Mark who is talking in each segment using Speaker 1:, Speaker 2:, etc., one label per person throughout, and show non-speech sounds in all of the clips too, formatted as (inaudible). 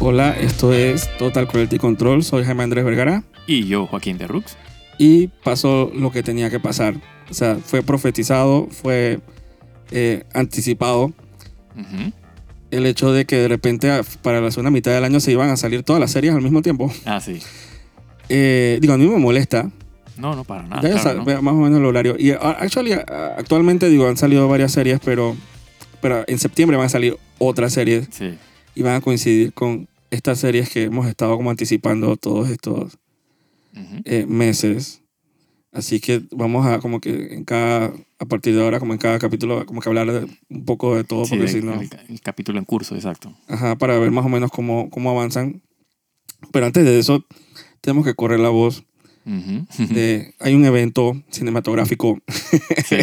Speaker 1: Hola, esto es Total Quality Control. Soy Jaime Andrés Vergara
Speaker 2: Y yo, Joaquín de Rux.
Speaker 1: y pasó lo que tenía que pasar. O sea, fue profetizado, fue eh, anticipado
Speaker 2: Ujú.
Speaker 1: el hecho de que de repente a- para la segunda mitad del año se iban a salir todas las series al mismo tiempo.
Speaker 2: Ah, sí.
Speaker 1: Eh, digo, a mí me molesta.
Speaker 2: No, no, para nada.
Speaker 1: ya ya
Speaker 2: Ah, claro,
Speaker 1: sabe
Speaker 2: ¿no?
Speaker 1: más o menos el horario. Y a- actually, a- actualmente, digo, han salido varias series, pero, pero en septiembre van a salir otras series
Speaker 2: Sí.
Speaker 1: y van a coincidir con estas series que hemos estado como anticipando todos estos
Speaker 2: Ujú.
Speaker 1: eh, meses. Así que vamos a como que en cada, a partir de ahora, como en cada capítulo, como que hablar de un poco de todo,
Speaker 2: Sí,
Speaker 1: porque
Speaker 2: de-
Speaker 1: si no,
Speaker 2: el, el capítulo en curso, exacto.
Speaker 1: ajá, para ver más o menos cómo, cómo avanzan. Pero antes de eso, tenemos que correr la voz
Speaker 2: Ujú.
Speaker 1: de, hay un evento cinematográfico
Speaker 2: (laughs) sí.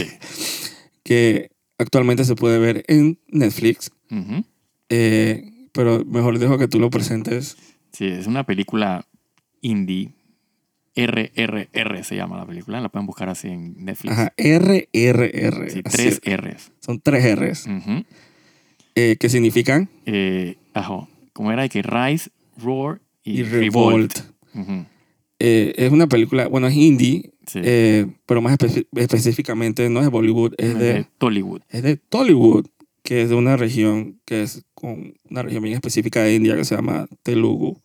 Speaker 1: que actualmente se puede ver en Netflix,
Speaker 2: Ujú.
Speaker 1: eh, pero mejor dejo que tú lo presentes.
Speaker 2: Sí, es una película indie. RRR se llama la película. La pueden buscar así en Netflix.
Speaker 1: Ajá, RRR.
Speaker 2: Sí,
Speaker 1: así
Speaker 2: tres
Speaker 1: es.
Speaker 2: R's.
Speaker 1: Son tres Rs.
Speaker 2: Ujú.
Speaker 1: eh, que significan
Speaker 2: Eh, ajo, ¿Cómo era? Que Rise, Roar y,
Speaker 1: y
Speaker 2: Revolt.
Speaker 1: Revolt.
Speaker 2: Ujú.
Speaker 1: Eh, es una película, bueno, es indie,
Speaker 2: Sí.
Speaker 1: eh, pero más espe- específicamente no es de Bollywood, es de,
Speaker 2: Tollywood.
Speaker 1: es de Tollywood, que es de una región que es con una región bien específica de India que se llama Telugu.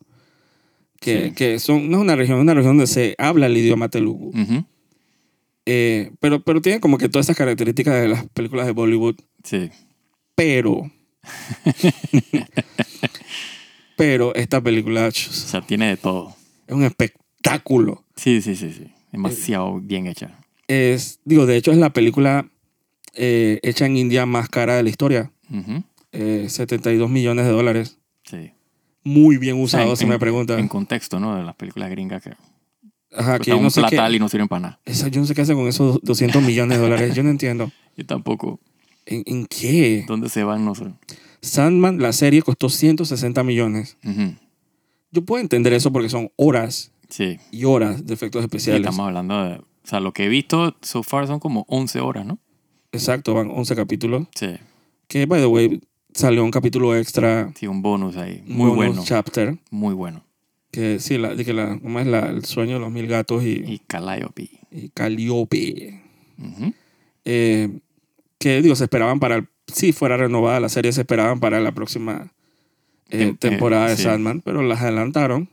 Speaker 1: Que,
Speaker 2: Sí.
Speaker 1: que son, no es una región, es una región donde se habla el idioma Telugu.
Speaker 2: Ujú.
Speaker 1: Eh, pero, pero tiene como que todas esas características de las películas de Bollywood,
Speaker 2: Sí. (laughs)
Speaker 1: pero. pero esta película
Speaker 2: O
Speaker 1: chus,
Speaker 2: sea, tiene de todo.
Speaker 1: es un espectáculo.
Speaker 2: Sí, sí, sí, sí. Demasiado bien hecha.
Speaker 1: Es, digo, de hecho es la película eh, hecha en India más cara de la historia.
Speaker 2: Ujú.
Speaker 1: Eh, 72 millones de dólares.
Speaker 2: Sí.
Speaker 1: Muy bien
Speaker 2: O sea,
Speaker 1: usado,
Speaker 2: en-
Speaker 1: si me
Speaker 2: en-
Speaker 1: preguntan.
Speaker 2: En contexto, ¿no? De las películas gringas que
Speaker 1: Ajá, que
Speaker 2: cuestan
Speaker 1: yo no
Speaker 2: un
Speaker 1: sé qué.
Speaker 2: platal y no sirven para nada.
Speaker 1: esa- yo no sé qué hacen con esos 200 millones de dólares. Yo no entiendo.
Speaker 2: Yo tampoco.
Speaker 1: ¿En, en qué?
Speaker 2: ¿Dónde se van? No sé. Ujú.
Speaker 1: Sandman, la serie, costó 160 millones. Yo puedo entender eso porque son horas
Speaker 2: Sí.
Speaker 1: y horas de efectos
Speaker 2: Sí,
Speaker 1: especiales.
Speaker 2: estamos hablando de... O sea, lo que he visto so far son como 11 horas, ¿no?
Speaker 1: Exacto, van 11 capítulos.
Speaker 2: Sí.
Speaker 1: Que, by the way, salió un capítulo extra.
Speaker 2: Sí, un bonus ahí.
Speaker 1: un
Speaker 2: Muy
Speaker 1: bonus
Speaker 2: bueno.
Speaker 1: chapter.
Speaker 2: Muy bueno.
Speaker 1: Que sí, la, de que la, ¿cómo es la, el sueño de los mil gatos y,
Speaker 2: Y Calliope.
Speaker 1: y Calliope.
Speaker 2: Ujú.
Speaker 1: Eh, que, digo, se esperaban para, el- si fuera renovada la serie, se esperaban para la próxima eh,
Speaker 2: Tem- eh,
Speaker 1: temporada de
Speaker 2: sí.
Speaker 1: Sandman, pero las adelantaron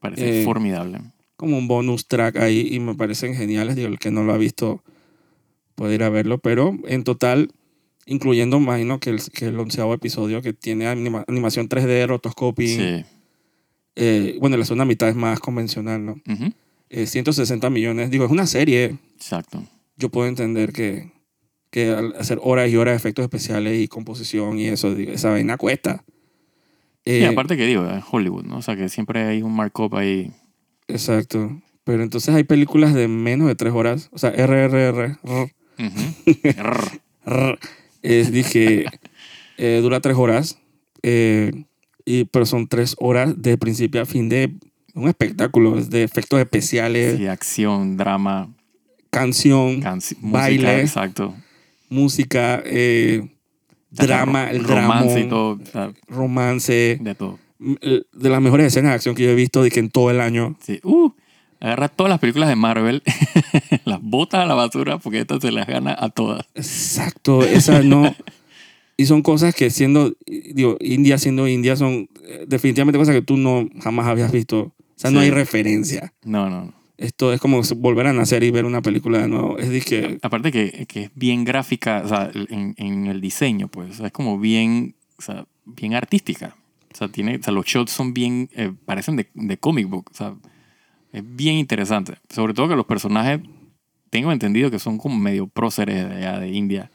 Speaker 2: Parece
Speaker 1: Eh,
Speaker 2: formidable.
Speaker 1: como un bonus track ahí y me parecen geniales. Digo, el que no lo ha visto puede ir a verlo, pero en total, incluyendo, imagino que el, que el onceavo episodio que tiene anima- animación 3D, rotoscoping,
Speaker 2: Sí.
Speaker 1: eh, bueno, la segunda mitad es más convencional, ¿no?
Speaker 2: Ujú.
Speaker 1: Eh, 160 millones, digo, es una serie,
Speaker 2: Exacto.
Speaker 1: yo puedo entender que, que al hacer horas y horas de efectos especiales y composición y eso, digo, esa vaina cuesta. Eh,
Speaker 2: y aparte que digo, es Hollywood, ¿no? O sea, que siempre hay un markup ahí.
Speaker 1: Exacto. Pero entonces hay películas de menos de tres horas, o sea, RRR, rr, (laughs)
Speaker 2: Ujú. Rrr.
Speaker 1: Rrr. es
Speaker 2: (laughs)
Speaker 1: dije eh, dura tres horas eh, y pero son tres horas de principio a fin de un espectáculo es de efectos especiales
Speaker 2: Sí, acción, drama,
Speaker 1: canción
Speaker 2: canci- música,
Speaker 1: Baile.
Speaker 2: exacto.
Speaker 1: música eh,
Speaker 2: Ya está,
Speaker 1: drama
Speaker 2: ro-
Speaker 1: el
Speaker 2: romance
Speaker 1: dramón,
Speaker 2: y todo, o sea,
Speaker 1: romance
Speaker 2: de todo.
Speaker 1: m- el- Mm, eh, de las mejores escenas de acción que yo he visto de que en todo el año
Speaker 2: Sí. Uh, agarra todas las películas de Marvel, (laughs) las botas a la basura porque estas se las gana a todas.
Speaker 1: exacto esas
Speaker 2: (laughs)
Speaker 1: no y son cosas que siendo eh, digo India siendo India son eh, definitivamente cosas que tú no jamás habías visto o sea no
Speaker 2: Sí.
Speaker 1: hay referencia
Speaker 2: No, no, no.
Speaker 1: Esto es como volver a nacer y ver una película de nuevo. Es de que
Speaker 2: Aparte que, que es bien gráfica, o sea, en, en el diseño, pues, o sea, es como bien, o sea, bien artística. O sea, tiene, o sea, los shots son bien, eh, parecen de, de comic book, o sea, es bien interesante. Sobre todo que los personajes, tengo entendido que son como medio próceres de allá de India.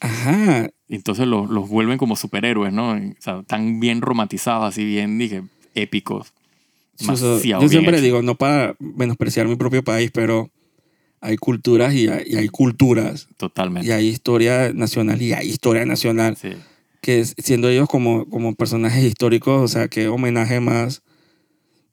Speaker 1: Ajá.
Speaker 2: Entonces los, los vuelven como superhéroes, ¿no? O sea, tan bien romantizados, así bien, dije, épicos.
Speaker 1: O sea,
Speaker 2: Demasiado
Speaker 1: yo
Speaker 2: bien
Speaker 1: siempre
Speaker 2: hecho.
Speaker 1: digo, no para menospreciar mi propio país, pero hay culturas y hay, y hay culturas.
Speaker 2: Totalmente.
Speaker 1: Y hay historia nacional y hay historia nacional.
Speaker 2: Sí.
Speaker 1: Que es- siendo ellos como, como personajes históricos, o sea, que homenaje más.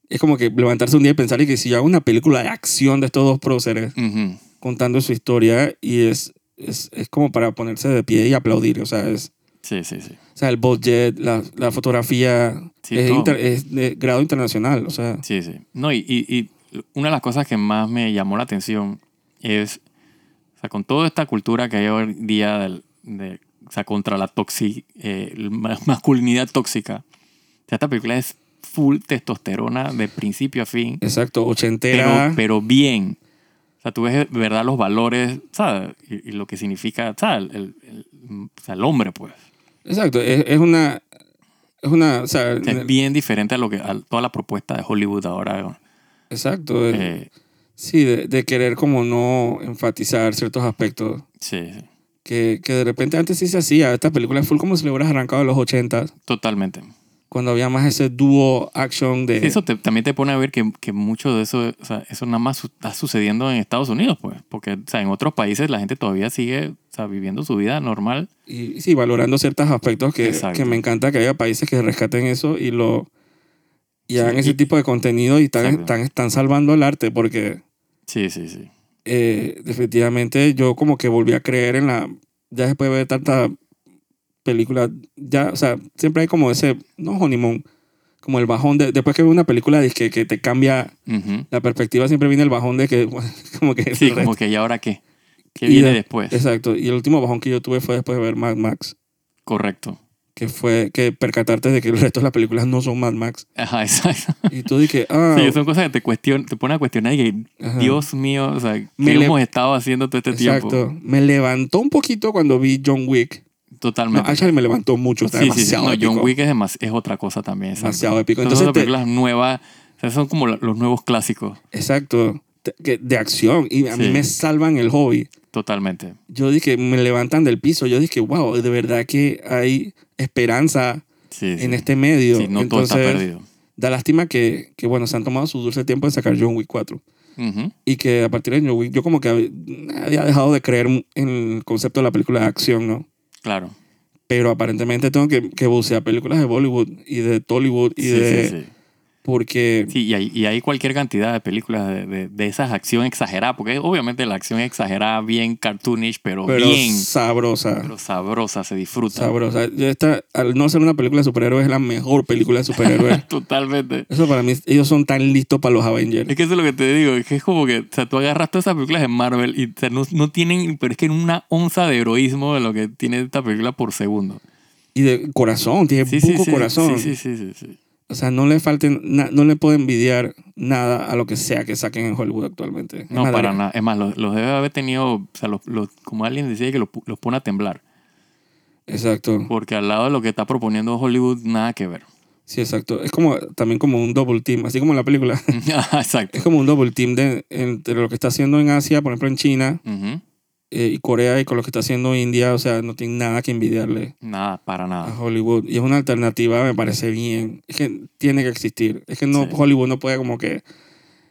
Speaker 1: Es como que levantarse un día y pensar y que si yo hago una película de acción de estos dos próceres
Speaker 2: Ujú.
Speaker 1: contando su historia y es, es, es como para ponerse de pie y aplaudir. O sea, es,
Speaker 2: sí, sí, sí.
Speaker 1: O sea, el budget, la, la fotografía
Speaker 2: Sí,
Speaker 1: es,
Speaker 2: todo.
Speaker 1: inter- es de grado internacional. O sea,
Speaker 2: Sí, sí. No, y, y- y una de las cosas que más me llamó la atención es, o sea, con toda esta cultura que hay hoy en día del- de, o sea, contra la toxi, eh, ma- (laughs) masculinidad tóxica, o sea, esta película es full testosterona de principio a fin,
Speaker 1: exacto, ochentera.
Speaker 2: pero, pero bien. O sea, tú ves de verdad los valores, ¿sabes? Y, y lo que significa, ¿sabes? El, el- el- o sea, el hombre, pues.
Speaker 1: exacto, es, es una. Es una. O sea,
Speaker 2: O sea, es bien diferente a lo que a toda la propuesta de Hollywood ahora.
Speaker 1: exacto. es-
Speaker 2: eh,
Speaker 1: sí, de, de querer como no enfatizar ciertos aspectos
Speaker 2: sí, sí.
Speaker 1: que, que de repente antes sí se hacía. Esta película es full como si le hubieras arrancado de los ochentas,
Speaker 2: totalmente.
Speaker 1: cuando había más ese dúo action de.
Speaker 2: Sí, eso te- también te pone a ver que, que mucho de eso, o sea, eso nada más su- está sucediendo en Estados Unidos, pues, porque o sea, en otros países la gente todavía sigue o sea, viviendo su vida normal.
Speaker 1: y sí, valorando ciertos aspectos que,
Speaker 2: Exacto.
Speaker 1: que me encanta que haya países que rescaten eso y lo y
Speaker 2: Sí,
Speaker 1: hagan ese
Speaker 2: y-
Speaker 1: tipo de contenido y están,
Speaker 2: Exacto.
Speaker 1: están, están salvando el arte porque
Speaker 2: Sí, sí, sí.
Speaker 1: eh, definitivamente yo como que volví a creer en la ya después de ver tanta película ya o sea siempre hay como ese no honeymoon como el bajón de después que veo una película que, que te cambia
Speaker 2: Ujú.
Speaker 1: la perspectiva siempre viene el bajón de que (laughs) como que
Speaker 2: Sí, como que ¿y ahora qué? ¿Qué
Speaker 1: Y
Speaker 2: viene
Speaker 1: de-
Speaker 2: después?
Speaker 1: exacto y el último bajón que yo tuve fue después de ver Mad Max
Speaker 2: Correcto.
Speaker 1: que fue que percatarte de que el resto de las películas no son Mad Max.
Speaker 2: Ajá, (laughs) exacto.
Speaker 1: Y tú dije, ah,
Speaker 2: (laughs) Sí, son cosas que te cuestion, te ponen a cuestionar y que,
Speaker 1: ajá,
Speaker 2: Dios mío, o sea, ¿qué
Speaker 1: Me le-
Speaker 2: hemos estado haciendo todo este
Speaker 1: exacto.
Speaker 2: tiempo?
Speaker 1: Me levantó un poquito cuando vi John Wick. No,
Speaker 2: Totalmente.
Speaker 1: actually me levantó mucho, está
Speaker 2: sí, sí, sí.
Speaker 1: demasiado
Speaker 2: No,
Speaker 1: épico.
Speaker 2: John Wick es, demas- es otra cosa también. exacto.
Speaker 1: demasiado épico.
Speaker 2: Entonces,
Speaker 1: Entonces,
Speaker 2: son
Speaker 1: te-
Speaker 2: películas nuevas, o sea, son como la- los nuevos clásicos,
Speaker 1: exacto, te- que- de acción y a mí
Speaker 2: Sí.
Speaker 1: me salvan el hobby.
Speaker 2: totalmente.
Speaker 1: Yo dije, me levantan del piso, yo dije, wow, de verdad que hay esperanza
Speaker 2: Sí, sí.
Speaker 1: en este medio.
Speaker 2: Sí, no
Speaker 1: Entonces,
Speaker 2: todo está perdido.
Speaker 1: da lástima que, que, bueno, se han tomado su dulce tiempo de sacar John Wick 4.
Speaker 2: Ujú.
Speaker 1: y que a partir de John Wick, yo como que hab- había dejado de creer en el concepto de la película de acción, ¿no?
Speaker 2: Claro.
Speaker 1: Pero aparentemente tengo que, que bucear películas de Bollywood y de Tollywood y
Speaker 2: Sí,
Speaker 1: de...
Speaker 2: sí, sí.
Speaker 1: Porque...
Speaker 2: Sí, y hay, y hay cualquier cantidad de películas de, de, de esas acción exagerada, porque obviamente la acción exagerada bien cartoonish, pero,
Speaker 1: Pero
Speaker 2: bien
Speaker 1: sabrosa.
Speaker 2: pero sabrosa, se disfruta.
Speaker 1: sabrosa. Yo Esta, al no ser una película de superhéroes, es la mejor película de
Speaker 2: (laughs)
Speaker 1: superhéroes.
Speaker 2: Totalmente.
Speaker 1: Eso para mí, ellos son tan listos para los Avengers.
Speaker 2: Es que eso es lo que te digo, es que es como que, o sea, tú agarras todas esas películas de Marvel y o sea, no, no tienen, pero es que en una onza de heroísmo de lo que tiene esta película por segundo.
Speaker 1: Y de corazón, tiene
Speaker 2: Sí,
Speaker 1: poco
Speaker 2: sí, sí,
Speaker 1: corazón.
Speaker 2: Sí, sí, sí, sí, sí.
Speaker 1: O sea, no le falten, na- no le puedo envidiar nada a lo que sea que saquen en Hollywood actualmente. Es
Speaker 2: No,
Speaker 1: más,
Speaker 2: para
Speaker 1: de-
Speaker 2: nada. Es más, los, los debe haber tenido, o sea, los, los- como alguien decía, que los, pu- los pone a temblar.
Speaker 1: Exacto.
Speaker 2: Porque al lado de lo que está proponiendo Hollywood, nada que ver. (laughs)
Speaker 1: Sí, exacto. Es como también como un double team, así como en la película. (laughs)
Speaker 2: Ajá, Exacto.
Speaker 1: Es como un double team de, entre lo que está haciendo en Asia, por ejemplo en China
Speaker 2: Ujú.
Speaker 1: eh, y Corea, y con lo que está haciendo India. O sea, no tiene nada que envidiarle
Speaker 2: Nada, para nada.
Speaker 1: a Hollywood. Y es una alternativa, me parece bien. Es que tiene que existir. Es que no,
Speaker 2: Sí.
Speaker 1: Hollywood no puede como que...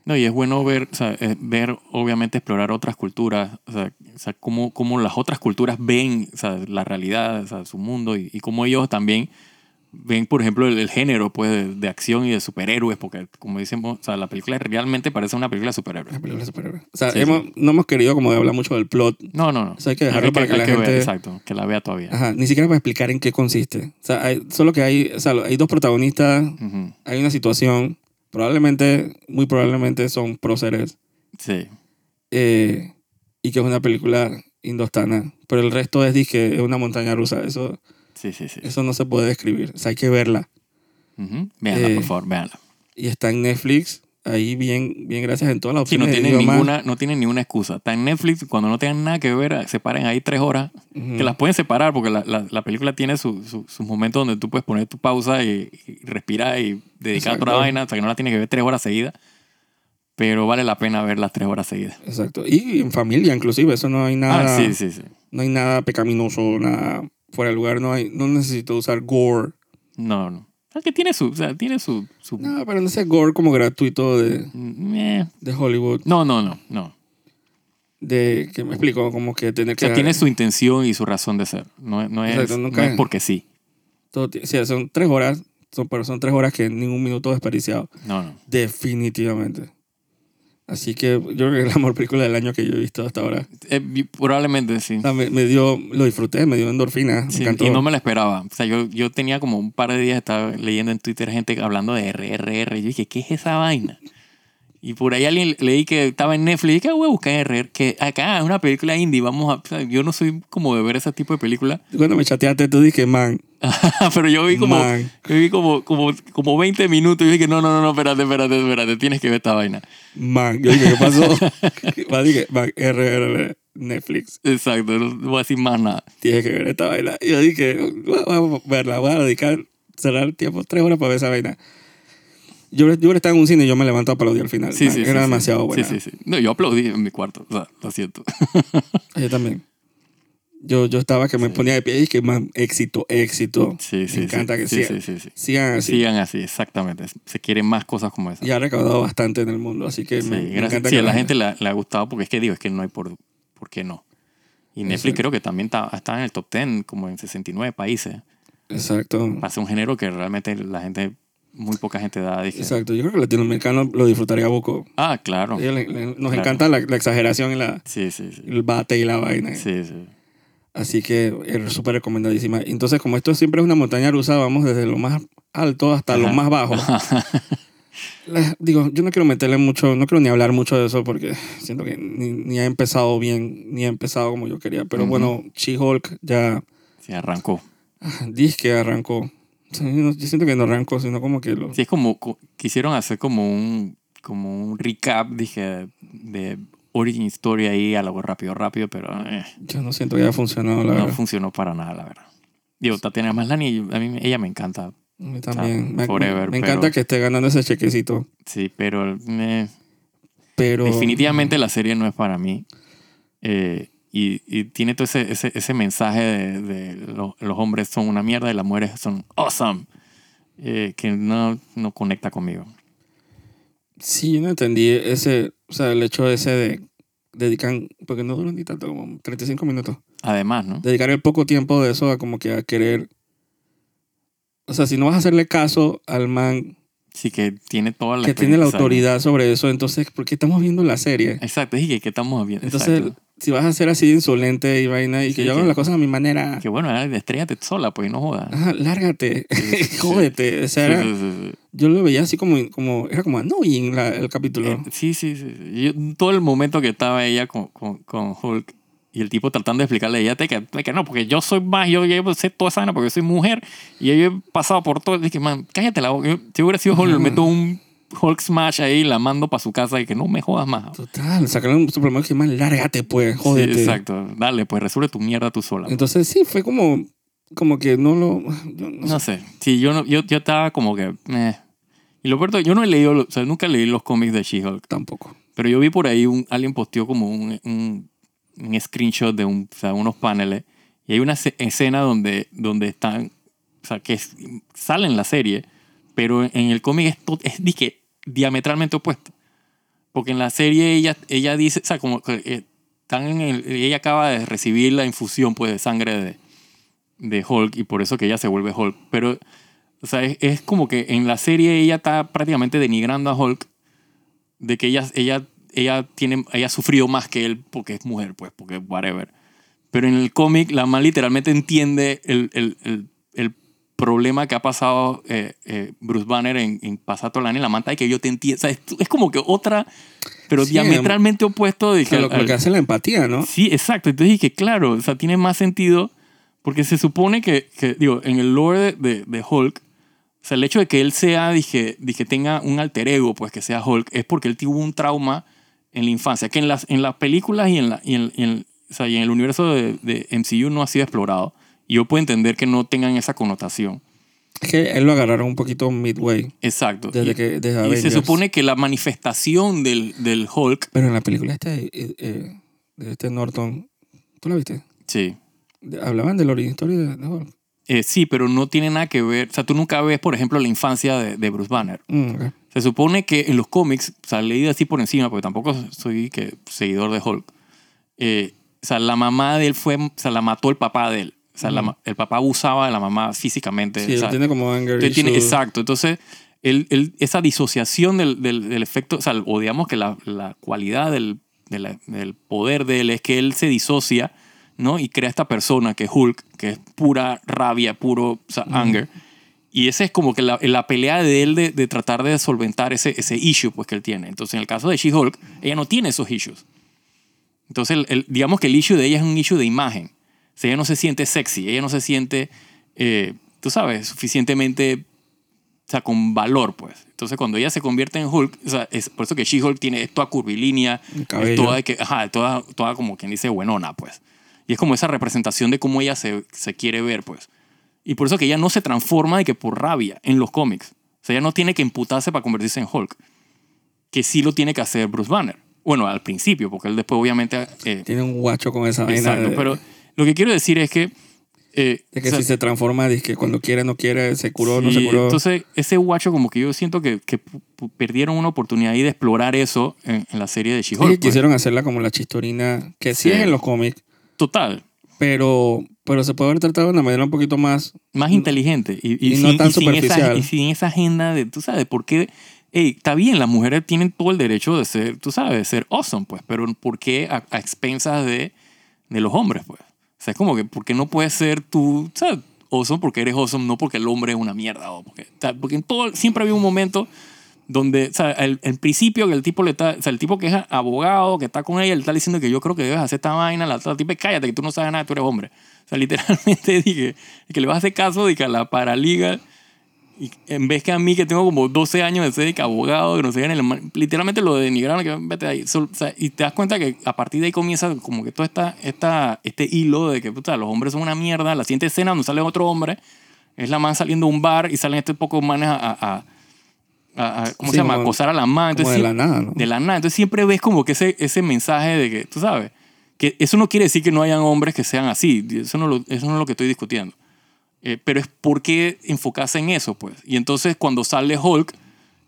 Speaker 2: No, y es bueno ver, o sea, eh, ver, obviamente, explorar otras culturas, o sea, o sea, cómo, cómo las otras culturas ven o sea, la realidad, o sea, su mundo, y, y cómo ellos también ven, por ejemplo, el, el género pues, de, de acción y de superhéroes, porque como decimos, o sea, la película realmente parece una película de superhéroes.
Speaker 1: la película de superhéroes. O sea,
Speaker 2: Sí,
Speaker 1: hemos- no hemos querido como hablar mucho del plot.
Speaker 2: No, no, no.
Speaker 1: O sea, hay que dejarlo para que la
Speaker 2: ver,
Speaker 1: gente-
Speaker 2: exacto, que la vea todavía.
Speaker 1: Ajá, ni siquiera para explicar en qué consiste. O sea, hay- solo que hay, o sea, hay dos protagonistas,
Speaker 2: Ujú.
Speaker 1: hay una situación, probablemente, muy probablemente son próceres.
Speaker 2: Sí,
Speaker 1: eh, y que es una película indostana. Pero el resto es dije, es una montaña rusa. Eso,
Speaker 2: sí, sí, sí.
Speaker 1: eso no se puede describir. O sea, hay que verla.
Speaker 2: Ujú. Véanla,
Speaker 1: Eh,
Speaker 2: por favor, véanla.
Speaker 1: Y está en Netflix. Ahí bien, bien gracias en todas las
Speaker 2: Si no
Speaker 1: opciones. de
Speaker 2: tienen
Speaker 1: idioma.
Speaker 2: ninguna, no tienen ninguna excusa. Está en Netflix, cuando no tengan nada que ver, separen ahí tres horas.
Speaker 1: Ujú.
Speaker 2: Que las pueden separar porque la, la- la película tiene su- su- sus momentos donde tú puedes poner tu pausa y, y respirar y dedicar a otra
Speaker 1: Exacto.
Speaker 2: vaina, o sea que no la tienes que ver tres horas seguidas. Pero vale la pena ver las tres horas seguidas.
Speaker 1: Exacto. Y en familia, inclusive. Eso no hay nada.
Speaker 2: Ah, sí, sí, sí.
Speaker 1: No hay nada pecaminoso, nada fuera de lugar. No, hay, no necesito usar gore.
Speaker 2: No, no. O sea, que tiene su. O sea, tiene su. su-
Speaker 1: No, pero no ese gore como gratuito de,
Speaker 2: Mm, eh.
Speaker 1: de Hollywood.
Speaker 2: No, no, no, no. O
Speaker 1: De que me explico, como que tener que.
Speaker 2: sea, tiene su intención y su razón de ser. No, no, es,
Speaker 1: Exacto,
Speaker 2: no
Speaker 1: nunca-
Speaker 2: es porque sí.
Speaker 1: todo ti- o sea, son tres horas. Son, pero son tres horas que en ningún minuto desperdiciado.
Speaker 2: No, no.
Speaker 1: Definitivamente. Así que yo creo que es la mejor película del año que yo he visto hasta ahora.
Speaker 2: Eh, probablemente sí.
Speaker 1: O sea, me, me dio, lo disfruté, me dio endorfina.
Speaker 2: Sí,
Speaker 1: me encantó.
Speaker 2: y no me la esperaba. O sea, yo, yo tenía como un par de días, estaba leyendo en Twitter gente hablando de RRR. Yo dije, ¿qué es esa vaina? Y por ahí alguien leí que estaba en Netflix. Y dije, "Ah, voy a buscar RRR. Que acá es una película indie. Vamos a. o sea, yo no soy como de ver ese tipo de película. (laughs)
Speaker 1: Cuando me chateaste, tú dije, man,
Speaker 2: Pero yo vi como,
Speaker 1: Man.
Speaker 2: yo vi como, como, como 20 minutos. Y dije, no, no, no, no, espérate, espérate, espérate. Tienes que ver esta vaina.
Speaker 1: man. Yo dije, ¿qué
Speaker 2: (laughs)
Speaker 1: pasó? (laughs) Man, dije, man, RRR, Netflix.
Speaker 2: Exacto. No no voy a decir más nada.
Speaker 1: Tienes que ver esta vaina. Y yo dije, "Voy- voy a verla, voy a dedicar, cerrar el tiempo, tres horas para ver esa vaina. Yo, yo hubiera estado en un cine y yo me levanto para aplaudir al final.
Speaker 2: Sí,
Speaker 1: man.
Speaker 2: sí, sí,
Speaker 1: Era
Speaker 2: sí.
Speaker 1: demasiado
Speaker 2: Sí,
Speaker 1: buena.
Speaker 2: sí, sí. No, yo aplaudí en mi cuarto. O sea, lo siento. (laughs)
Speaker 1: Yo también. Yo, yo estaba que me
Speaker 2: Sí.
Speaker 1: ponía de pie y que, man, éxito, éxito.
Speaker 2: Sí, sí.
Speaker 1: me encanta
Speaker 2: sí,
Speaker 1: que
Speaker 2: sí,
Speaker 1: siga-
Speaker 2: sí, sí, sí.
Speaker 1: sigan así.
Speaker 2: Sigan así, exactamente. Se quieren más cosas como esas.
Speaker 1: Y ha recaudado bastante en el mundo, así que
Speaker 2: Sí,
Speaker 1: me, me
Speaker 2: gracias.
Speaker 1: encanta
Speaker 2: Sí,
Speaker 1: que
Speaker 2: a la gente le, ha- le ha gustado porque es que digo, es que no hay por, por qué no. Y Netflix
Speaker 1: Exacto.
Speaker 2: creo que también ta- está en el top 10, como en 69 países.
Speaker 1: Exacto.
Speaker 2: Pasa un género que realmente la gente, muy poca gente da. dije,
Speaker 1: Exacto. Yo creo que el latinoamericano lo disfrutaría poco.
Speaker 2: ah, claro.
Speaker 1: Ellos le- le- nos
Speaker 2: Claro.
Speaker 1: encanta la, la exageración y la,
Speaker 2: Sí, sí, sí.
Speaker 1: el bate Eh, y la vaina.
Speaker 2: Sí, sí.
Speaker 1: Así que es súper recomendadísima. Entonces, como esto siempre es una montaña rusa, vamos desde lo más alto hasta lo
Speaker 2: Ajá.
Speaker 1: más
Speaker 2: (laughs)
Speaker 1: bajo. La- digo, yo no quiero meterle mucho, no quiero ni hablar mucho de eso porque siento que ni, ni ha empezado bien, ni ha empezado como yo quería. Pero
Speaker 2: Ujú.
Speaker 1: bueno, She-Hulk ya
Speaker 2: Sí, arrancó.
Speaker 1: dice que arrancó. Sí, no- Yo siento que no arrancó, sino como que lo...
Speaker 2: Sí, es como, co- quisieron hacer como un, como un recap, dije, de Origin Story ahí, algo rápido, rápido, pero eh,
Speaker 1: Yo no siento que haya funcionado, la
Speaker 2: no
Speaker 1: verdad.
Speaker 2: funcionó para nada, la verdad. Digo, Tatiana Maslany, y a mí, ella me encanta.
Speaker 1: A mí también. Me,
Speaker 2: forever,
Speaker 1: me encanta
Speaker 2: pero-
Speaker 1: que esté ganando ese chequecito.
Speaker 2: Sí, pero... eh,
Speaker 1: Pero...
Speaker 2: Definitivamente la serie no es para mí. Eh, y, y tiene todo ese, ese, ese mensaje de, de lo- los hombres son una mierda y las mujeres son awesome. eh, que no, no conecta conmigo.
Speaker 1: Sí, yo no entendí ese, o sea, el hecho ese de dedican, porque no duran ni tanto, como 35 minutos,
Speaker 2: Además, ¿no?
Speaker 1: dedicar el poco tiempo de eso a como que a querer, o sea, si no vas a hacerle caso al man
Speaker 2: Sí, que tiene toda la.
Speaker 1: que tiene la
Speaker 2: exacto.
Speaker 1: autoridad sobre eso, entonces, ¿por qué estamos viendo la serie?
Speaker 2: Exacto, sí, que, que estamos viendo.
Speaker 1: Entonces,
Speaker 2: exacto.
Speaker 1: si vas a ser así de insolente y vaina y que
Speaker 2: Sí,
Speaker 1: yo hago
Speaker 2: que-
Speaker 1: las cosas a mi manera,
Speaker 2: Que bueno, era de estrellate sola, pues y no jodas.
Speaker 1: ajá, lárgate, (laughs)
Speaker 2: Sí, sí,
Speaker 1: jódete, o sea, era-
Speaker 2: Sí, sí, sí, sí.
Speaker 1: yo lo veía así como, como era como annoying la- el capítulo.
Speaker 2: Eh, Sí, sí, sí, sí. Yo- todo el momento que estaba ella con, con, con Hulk y el tipo tratando de explicarle a ella de que, de que no, porque yo soy más, yo, yo sé toda esa vaina porque yo soy mujer y yo he pasado por todo. Dije, man, cállate la boca. Yo, si hubiera sido Hulk, le meto un Hulk Smash ahí y la mando para su casa y que no me jodas más.
Speaker 1: Total, sacaron un Superman que más lárgate pues,
Speaker 2: Sí,
Speaker 1: jódete.
Speaker 2: exacto. Dale, pues resuelve tu mierda tú sola.
Speaker 1: Entonces sí, fue como, como que no lo... yo no
Speaker 2: No
Speaker 1: sé.
Speaker 2: sé. Sí, yo, no, yo, yo estaba como que. eh. Y lo peor, de- yo no he leído, lo- o sea, nunca leí los cómics de She-Hulk.
Speaker 1: Tampoco.
Speaker 2: Pero yo vi por ahí, un, alguien posteó como un, un, un screenshot de un, o sea, unos paneles. Y hay una se- escena donde, donde están, o sea, que es- sale en la serie, pero en el cómic es, to- es dizque, diametralmente opuesto. Porque en la serie ella, ella dice, o sea, como que eh, están en el- ella acaba de recibir la infusión pues, de sangre de, de Hulk y por eso que ella se vuelve Hulk. Pero, o sea, es, es como que en la serie ella está prácticamente denigrando a Hulk de que ella, ella, ella, tiene, ella ha sufrido más que él porque es mujer, pues, porque whatever. Pero en el cómic, la man literalmente entiende el, el- el- el problema que ha pasado eh, eh, Bruce Banner en, en Pasatolán en la manta y que yo te entiendo. O sea, es, es como que otra, pero
Speaker 1: Sí,
Speaker 2: diametralmente opuesto. De
Speaker 1: O sea, lo,
Speaker 2: al-
Speaker 1: lo que hace la empatía, ¿no?
Speaker 2: Sí, exacto. Entonces dije, claro, o sea, tiene más sentido porque se supone que, que, digo, en el lore de, de- de Hulk, o sea, el hecho de que él sea, dije, dije, tenga un alter ego, pues que sea Hulk, es porque él tuvo un trauma en la infancia, que en las, en las películas y en, la, y en, y en- o sea, y en el universo de, de MCU no ha sido explorado. Y yo puedo entender que no tengan esa connotación.
Speaker 1: Es que él lo agarraron un poquito midway.
Speaker 2: Exacto.
Speaker 1: Desde
Speaker 2: y,
Speaker 1: que, desde
Speaker 2: y se
Speaker 1: Avengers.
Speaker 2: supone que la manifestación del, del Hulk,
Speaker 1: Pero en la película esta de, eh, eh, de este Norton, ¿tú la viste?
Speaker 2: sí,
Speaker 1: De- Hablaban de la origin story de, de Hulk.
Speaker 2: Eh, sí, pero no tiene nada que ver. O sea, tú nunca ves, por ejemplo, la infancia de, de Bruce Banner.
Speaker 1: Mm, ok.
Speaker 2: Se supone que en los cómics, o sea, leído así por encima, porque tampoco soy que, seguidor de Hulk. eh, o sea, la mamá de él fue, o sea, la mató el papá de él. O sea, la ma- el papá abusaba de la mamá físicamente.
Speaker 1: Sí,
Speaker 2: o
Speaker 1: él
Speaker 2: sea,
Speaker 1: tiene como anger
Speaker 2: entonces tiene-
Speaker 1: issues.
Speaker 2: exacto. Entonces, él- él- esa disociación del, del- del efecto, o, sea, o digamos que la, la cualidad del, de la- del poder de él es que él se disocia, ¿no? Y crea esta persona que es Hulk, que es pura rabia, puro o sea, anger. Y esa es como que la, la pelea de él de, de tratar de solventar ese, ese issue pues, que él tiene. Entonces, en el caso de She-Hulk, ella no tiene esos issues. Entonces, el- el- digamos que el issue de ella es un issue de imagen. O sea, ella no se siente sexy, ella no se siente, eh, tú sabes, suficientemente, o sea, con valor, pues. Entonces, cuando ella se convierte en Hulk, o sea, es por eso que She-Hulk tiene toda curvilínea,
Speaker 1: El
Speaker 2: es
Speaker 1: cabello.
Speaker 2: toda, de que, ajá, toda, toda como quien dice buenona, pues. Y es como esa representación de cómo ella se, se quiere ver, pues. Y por eso que ella no se transforma de que por rabia en los cómics. O sea, ella no tiene que imputarse para convertirse en Hulk. Que sí lo tiene que hacer Bruce Banner. Bueno, al principio, porque él después obviamente... eh,
Speaker 1: Tiene un guacho con esa vaina.
Speaker 2: exacto,
Speaker 1: de-
Speaker 2: pero lo que quiero decir es que... eh,
Speaker 1: de que
Speaker 2: o sea,
Speaker 1: si se transforma, dice que cuando quiere, no quiere, se curó, no se
Speaker 2: sí,
Speaker 1: curó.
Speaker 2: Entonces, ese guacho como que yo siento que, que pu- pu- perdieron una oportunidad ahí de explorar eso en, en la serie de
Speaker 1: Sí,
Speaker 2: She-Hulk. pues.
Speaker 1: quisieron hacerla como la chistorina, que sí,
Speaker 2: Sí.
Speaker 1: es en los cómics,
Speaker 2: pues. Total,
Speaker 1: pero, pero se puede haber tratado de una manera un poquito más.
Speaker 2: más inteligente y, y
Speaker 1: y
Speaker 2: sin,
Speaker 1: no tan
Speaker 2: y sin esa,
Speaker 1: superficial.
Speaker 2: y sin esa agenda de, tú sabes, porque ey, está bien, las mujeres tienen todo el derecho de ser, tú sabes, de ser awesome, pues, pero ¿por qué a, a expensas de, de los hombres, pues? O sea, es como que, ¿por qué no puedes ser tú, sabes, awesome porque eres awesome, no porque el hombre es una mierda? O porque, o sea, porque en todo, siempre había un momento donde, o sea, el, el principio que el tipo le está, o sea, el tipo que es abogado, que está con ella, le está diciendo que yo creo que debes hacer esta vaina, la otra tipa, cállate, que tú no sabes nada, tú eres hombre. O sea, (laughs) literalmente dije, que le vas a hacer caso de que a la paraliga, y en vez que a mí que tengo como 12 años de ser de que abogado, que no sé qué, en el ma- literalmente lo denigraron, que vete de ahí. Sol- o sea, y te das cuenta que a partir de ahí comienza como que todo esta, esta, este hilo de que puta, los hombres son una mierda, la siguiente escena donde sale otro hombre, es la man saliendo de un bar y salen estos pocos manes a... a, a- a- a- ¿Cómo
Speaker 1: Sí,
Speaker 2: se llama?
Speaker 1: como-
Speaker 2: Acosar a la man.
Speaker 1: Como
Speaker 2: Entonces,
Speaker 1: de
Speaker 2: sí-
Speaker 1: la nada, ¿no?
Speaker 2: de la nada. Entonces siempre ves como que ese, ese mensaje de que, tú sabes, que eso no quiere decir que no hayan hombres que sean así. Eso no, lo- eso no es lo que estoy discutiendo. Eh, pero es por qué enfocarse en eso, pues. Y entonces cuando sale Hulk,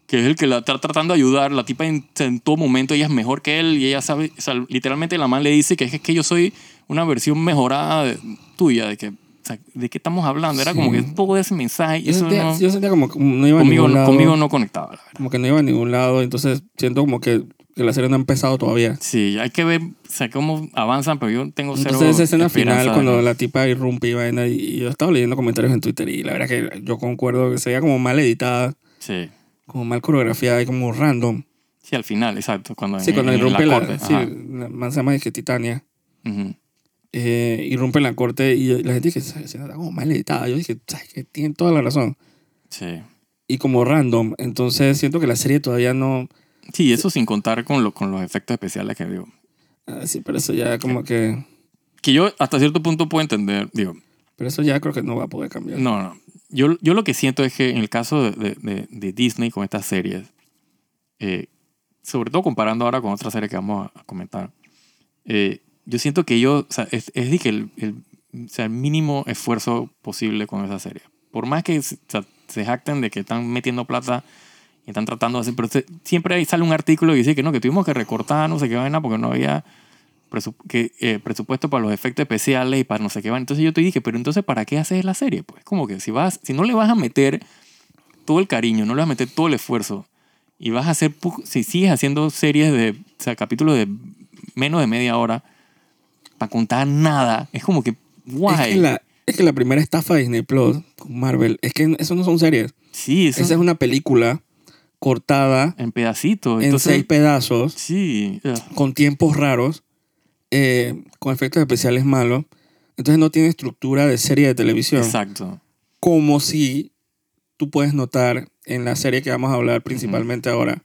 Speaker 2: que es el que la está tratando de ayudar, la tipa en, en todo momento ella es mejor que él y ella sabe, o sea, literalmente la man le dice que es, que yo soy una versión mejorada de- tuya, de que, o sea, ¿de qué estamos hablando? Era como
Speaker 1: Sí.
Speaker 2: que todo ese mensaje, y
Speaker 1: Yo
Speaker 2: eso
Speaker 1: sentía,
Speaker 2: no-
Speaker 1: yo sentía como que no iba a
Speaker 2: conmigo,
Speaker 1: ningún lado.
Speaker 2: conmigo no conectaba, la verdad.
Speaker 1: Como que no iba a ningún lado, entonces siento como que, que la serie no ha empezado todavía.
Speaker 2: Sí, hay que ver o sea, cómo avanzan, pero yo tengo cero
Speaker 1: Entonces esa escena
Speaker 2: esperanza
Speaker 1: final
Speaker 2: de-
Speaker 1: cuando la tipa irrumpe y vaina, y yo estaba leyendo comentarios en Twitter y la verdad que yo concuerdo que se veía como mal editada,
Speaker 2: Sí,
Speaker 1: como mal coreografiada y como random.
Speaker 2: sí, al final, exacto. Cuando
Speaker 1: Sí,
Speaker 2: en-
Speaker 1: cuando
Speaker 2: en
Speaker 1: irrumpe la,
Speaker 2: corte,
Speaker 1: sí,
Speaker 2: ajá.
Speaker 1: la man se llama de que Titania,
Speaker 2: Ujú.
Speaker 1: eh, irrumpe en la corte y yo- la gente dice que "Esa escena está como mal editada. Yo dije, "Sabes que tienen toda la razón.
Speaker 2: Sí.
Speaker 1: Y como random, entonces siento que la serie todavía no...
Speaker 2: Sí, eso sin contar con, lo, con los efectos especiales que digo.
Speaker 1: ah, sí, pero eso ya como que...
Speaker 2: Que yo hasta cierto punto puedo entender, digo,
Speaker 1: Pero eso ya creo que no va a poder cambiar.
Speaker 2: no, no. Yo, yo lo que siento es que en el caso de, de- de- de Disney con estas series, eh, sobre todo comparando ahora con otra serie que vamos a, a comentar, eh, yo siento que ellos, o sea, es, es de que el, el- o sea, el mínimo esfuerzo posible con esa serie. Por más que se- o sea, se jacten de que están metiendo plata y están tratando de hacer, pero se- siempre ahí sale un artículo que dice que no, que tuvimos que recortar, no sé qué vaina, porque no había presu- que, eh, presupuesto para los efectos especiales y para no sé qué vaina. Entonces yo te dije, pero entonces, ¿para qué haces la serie? Pues como que si, vas, si no le vas a meter todo el cariño, no le vas a meter todo el esfuerzo y vas a hacer, pu- si sigues haciendo series de, o sea, capítulos de menos de media hora para contar nada, es como que, guay.
Speaker 1: Es que, la, es que la primera estafa de Disney Plus con Marvel es que eso no son series.
Speaker 2: sí, eso
Speaker 1: Esa es una película cortada
Speaker 2: en pedacitos.
Speaker 1: en
Speaker 2: Entonces,
Speaker 1: seis pedazos,
Speaker 2: sí, ugh,
Speaker 1: con tiempos raros, eh, con efectos especiales malos. Entonces no tiene estructura de serie de televisión.
Speaker 2: exacto.
Speaker 1: Como si tú puedes notar en la serie que vamos a hablar principalmente ahora,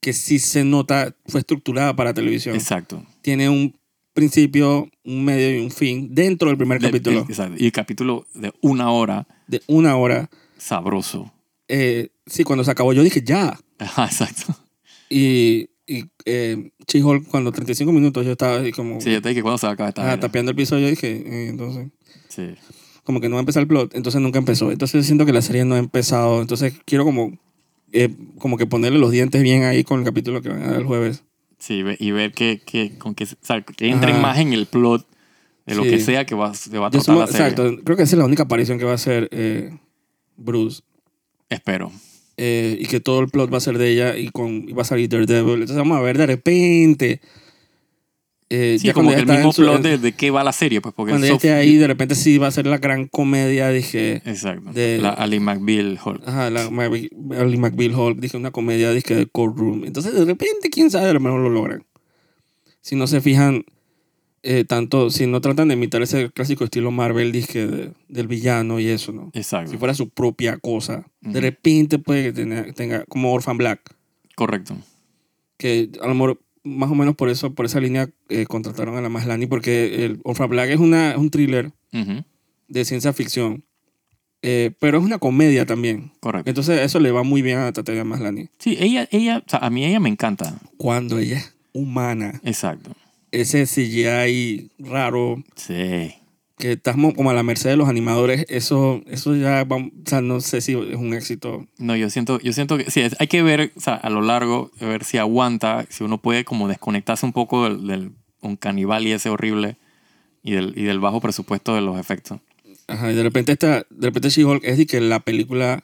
Speaker 1: que sí se nota, fue estructurada para televisión.
Speaker 2: Exacto.
Speaker 1: Tiene un principio, un medio y un fin dentro del primer
Speaker 2: De-
Speaker 1: capítulo
Speaker 2: de- exacto. Y el capítulo de una hora,
Speaker 1: de una hora.
Speaker 2: sabroso. (laughs)
Speaker 1: eh, sí, cuando se acabó yo dije ya.
Speaker 2: Ajá, exacto.
Speaker 1: Y, y eh, She-Hulk, cuando 35 minutos yo estaba así como
Speaker 2: Sí, ya te dije cuando se va a acabar esta
Speaker 1: ah,
Speaker 2: vaina.
Speaker 1: tapeando el piso, yo dije, eh, entonces,
Speaker 2: Sí.
Speaker 1: como que no va a empezar el plot, entonces nunca empezó. Entonces yo siento que la serie no ha empezado, entonces quiero como, eh, como que ponerle los dientes bien ahí con el capítulo que van a dar el jueves.
Speaker 2: Sí, ve- y ver que, que, con que, o sea, que entren
Speaker 1: Ajá.
Speaker 2: más en el plot de lo
Speaker 1: Sí.
Speaker 2: que sea que va, se va a
Speaker 1: Yo
Speaker 2: tratar
Speaker 1: sumo-
Speaker 2: la serie.
Speaker 1: exacto, creo que esa es la única aparición que va a hacer eh, Bruce.
Speaker 2: Espero.
Speaker 1: eh, y que todo el plot va a ser de ella y, con, y va a salir Daredevil. Entonces vamos a ver de repente. eh,
Speaker 2: Sí,
Speaker 1: ya
Speaker 2: como
Speaker 1: cuando ella
Speaker 2: que el
Speaker 1: está en
Speaker 2: mismo
Speaker 1: su-
Speaker 2: plot
Speaker 1: en-
Speaker 2: de, de qué va la serie, pues porque
Speaker 1: cuando
Speaker 2: el
Speaker 1: ella
Speaker 2: soft-
Speaker 1: esté ahí, de repente sí va a ser la gran comedia, dije.
Speaker 2: Exacto.
Speaker 1: de-
Speaker 2: la Ali McBeal Hulk.
Speaker 1: Ajá, la Mavi- Ally McBeal Hall, dije una comedia dije de Courtroom. Entonces, de repente, quién sabe, a lo mejor lo logran. Si no se fijan eh, tanto, si no tratan de imitar ese clásico estilo Marvel, dije de- del villano y eso, ¿no?
Speaker 2: Exacto.
Speaker 1: Si fuera su propia cosa. De
Speaker 2: Ujú.
Speaker 1: repente puede que tenga, tenga como Orphan Black,
Speaker 2: Correcto.
Speaker 1: que a lo mejor más o menos por eso por esa línea eh, contrataron a la Maslany, porque el Orphan Black es, una, es un thriller
Speaker 2: Ujú.
Speaker 1: de ciencia ficción, eh, pero es una comedia también.
Speaker 2: Correcto.
Speaker 1: Entonces, eso le va muy bien a Tatiana Maslany.
Speaker 2: Sí, ella, ella, o sea, a mí ella me encanta.
Speaker 1: cuando ella es humana.
Speaker 2: Exacto.
Speaker 1: Ese CGI raro
Speaker 2: Sí.
Speaker 1: que estamos como a la merced de los animadores, eso, eso ya, va- o sea, no sé si es un éxito.
Speaker 2: No, yo siento, yo siento que sí, es- hay que ver o sea, a lo largo, a ver si aguanta, si uno puede como desconectarse un poco del, del un canibal y ese horrible y del, y del bajo presupuesto de los efectos.
Speaker 1: Ajá, y de repente esta, de repente She-Hulk es de que la película